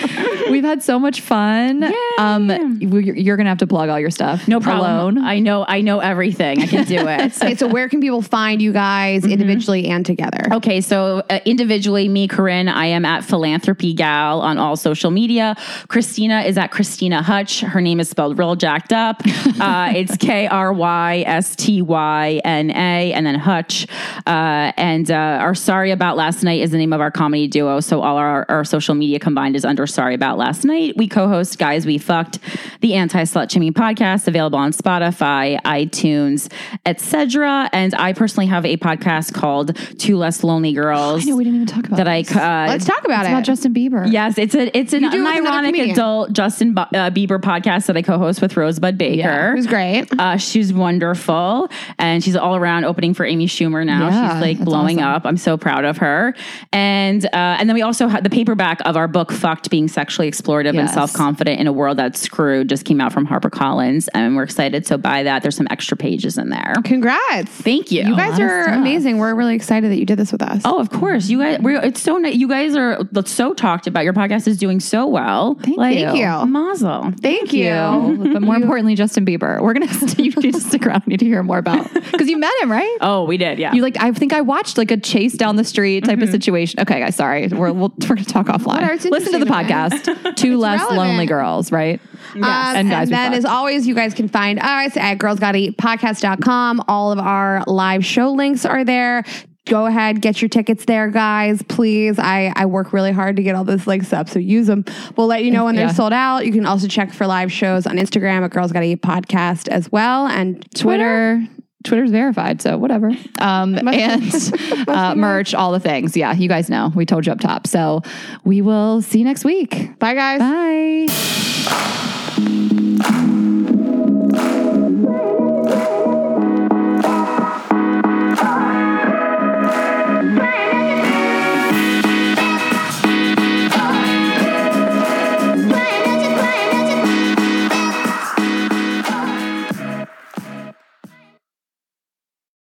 We've had so much fun. Um, you- you're, you're gonna have to plug all your stuff.
no problem
Alone.
i know i know everything i can do it
Okay, so where can people find you guys individually and together?
Okay, so uh, individually, me, Corinne, I am at Philanthropy Gal on all social media. Christina is at Christina Hutch. Her name is spelled real jacked up. Uh, it's K R Y S T Y N A, and then Hutch. Uh, and uh, our Sorry About Last Night is the name of our comedy duo. So all our, our social media combined is under Sorry About Last Night. We co host Guys We Fucked, the Anti Slut Shaming podcast, available on Spotify, iTunes, etc. And I personally have a podcast called Two Less Lonely Girls.
I know we didn't even talk about
that I
this.
uh,
Let's talk about
It's
it.
about Justin Bieber.
Yes, it's a it's an,
do it with another
ironic
comedian.
adult Justin Bu- uh, Bieber podcast that I co-host with Rosebud Baker.
Who's great.
Uh, she's wonderful, and she's all around opening for Amy Schumer now.
Yeah,
she's like
that's
blowing
awesome.
up. I'm so proud of her. And uh, and then we also had the paperback of our book "Fucked: Being Sexually Explorative and
Yes.
Self Confident in a World That's Screwed" just came out from HarperCollins, and we're excited. So buy that. There's some extra pages in there.
Congrats.
Thank you.
You guys are amazing. We're really excited that you did this with us.
Oh, of course. You guys, we're, it's so nice. You guys are so talked about. Your podcast is doing so well. Thank
you. Thank you.
Mazel.
thank,
You. but more importantly, Justin Bieber. We're gonna you need to stick around. We need to hear more about because you met him, right?
Oh, we did. Yeah.
You like I think I watched like a chase down the street type
Mm-hmm.
of situation. Okay, guys, sorry. We're we'll, we're gonna talk
Whatever,
offline.
it's
Listen to the
interesting,
podcast. Two less lonely
relevant.
girls, right?
Um,
And
and
guys, we
then,
fucked.
as always, you guys can find us at girlsgotteatpodcast.com. All of our live show links are there. Go ahead, get your tickets there, guys. Please. I, I work really hard to get all those links up, so use them. We'll let you know when they're
Yeah.
sold out. You can also check for live shows on Instagram at Girls Gotta Eat Podcast as well and Twitter.
Twitter. Twitter's verified, so whatever. Um, and uh, merch, all the things. Yeah, you guys know. We told you up top. So we will see you next week.
Bye, guys.
Bye.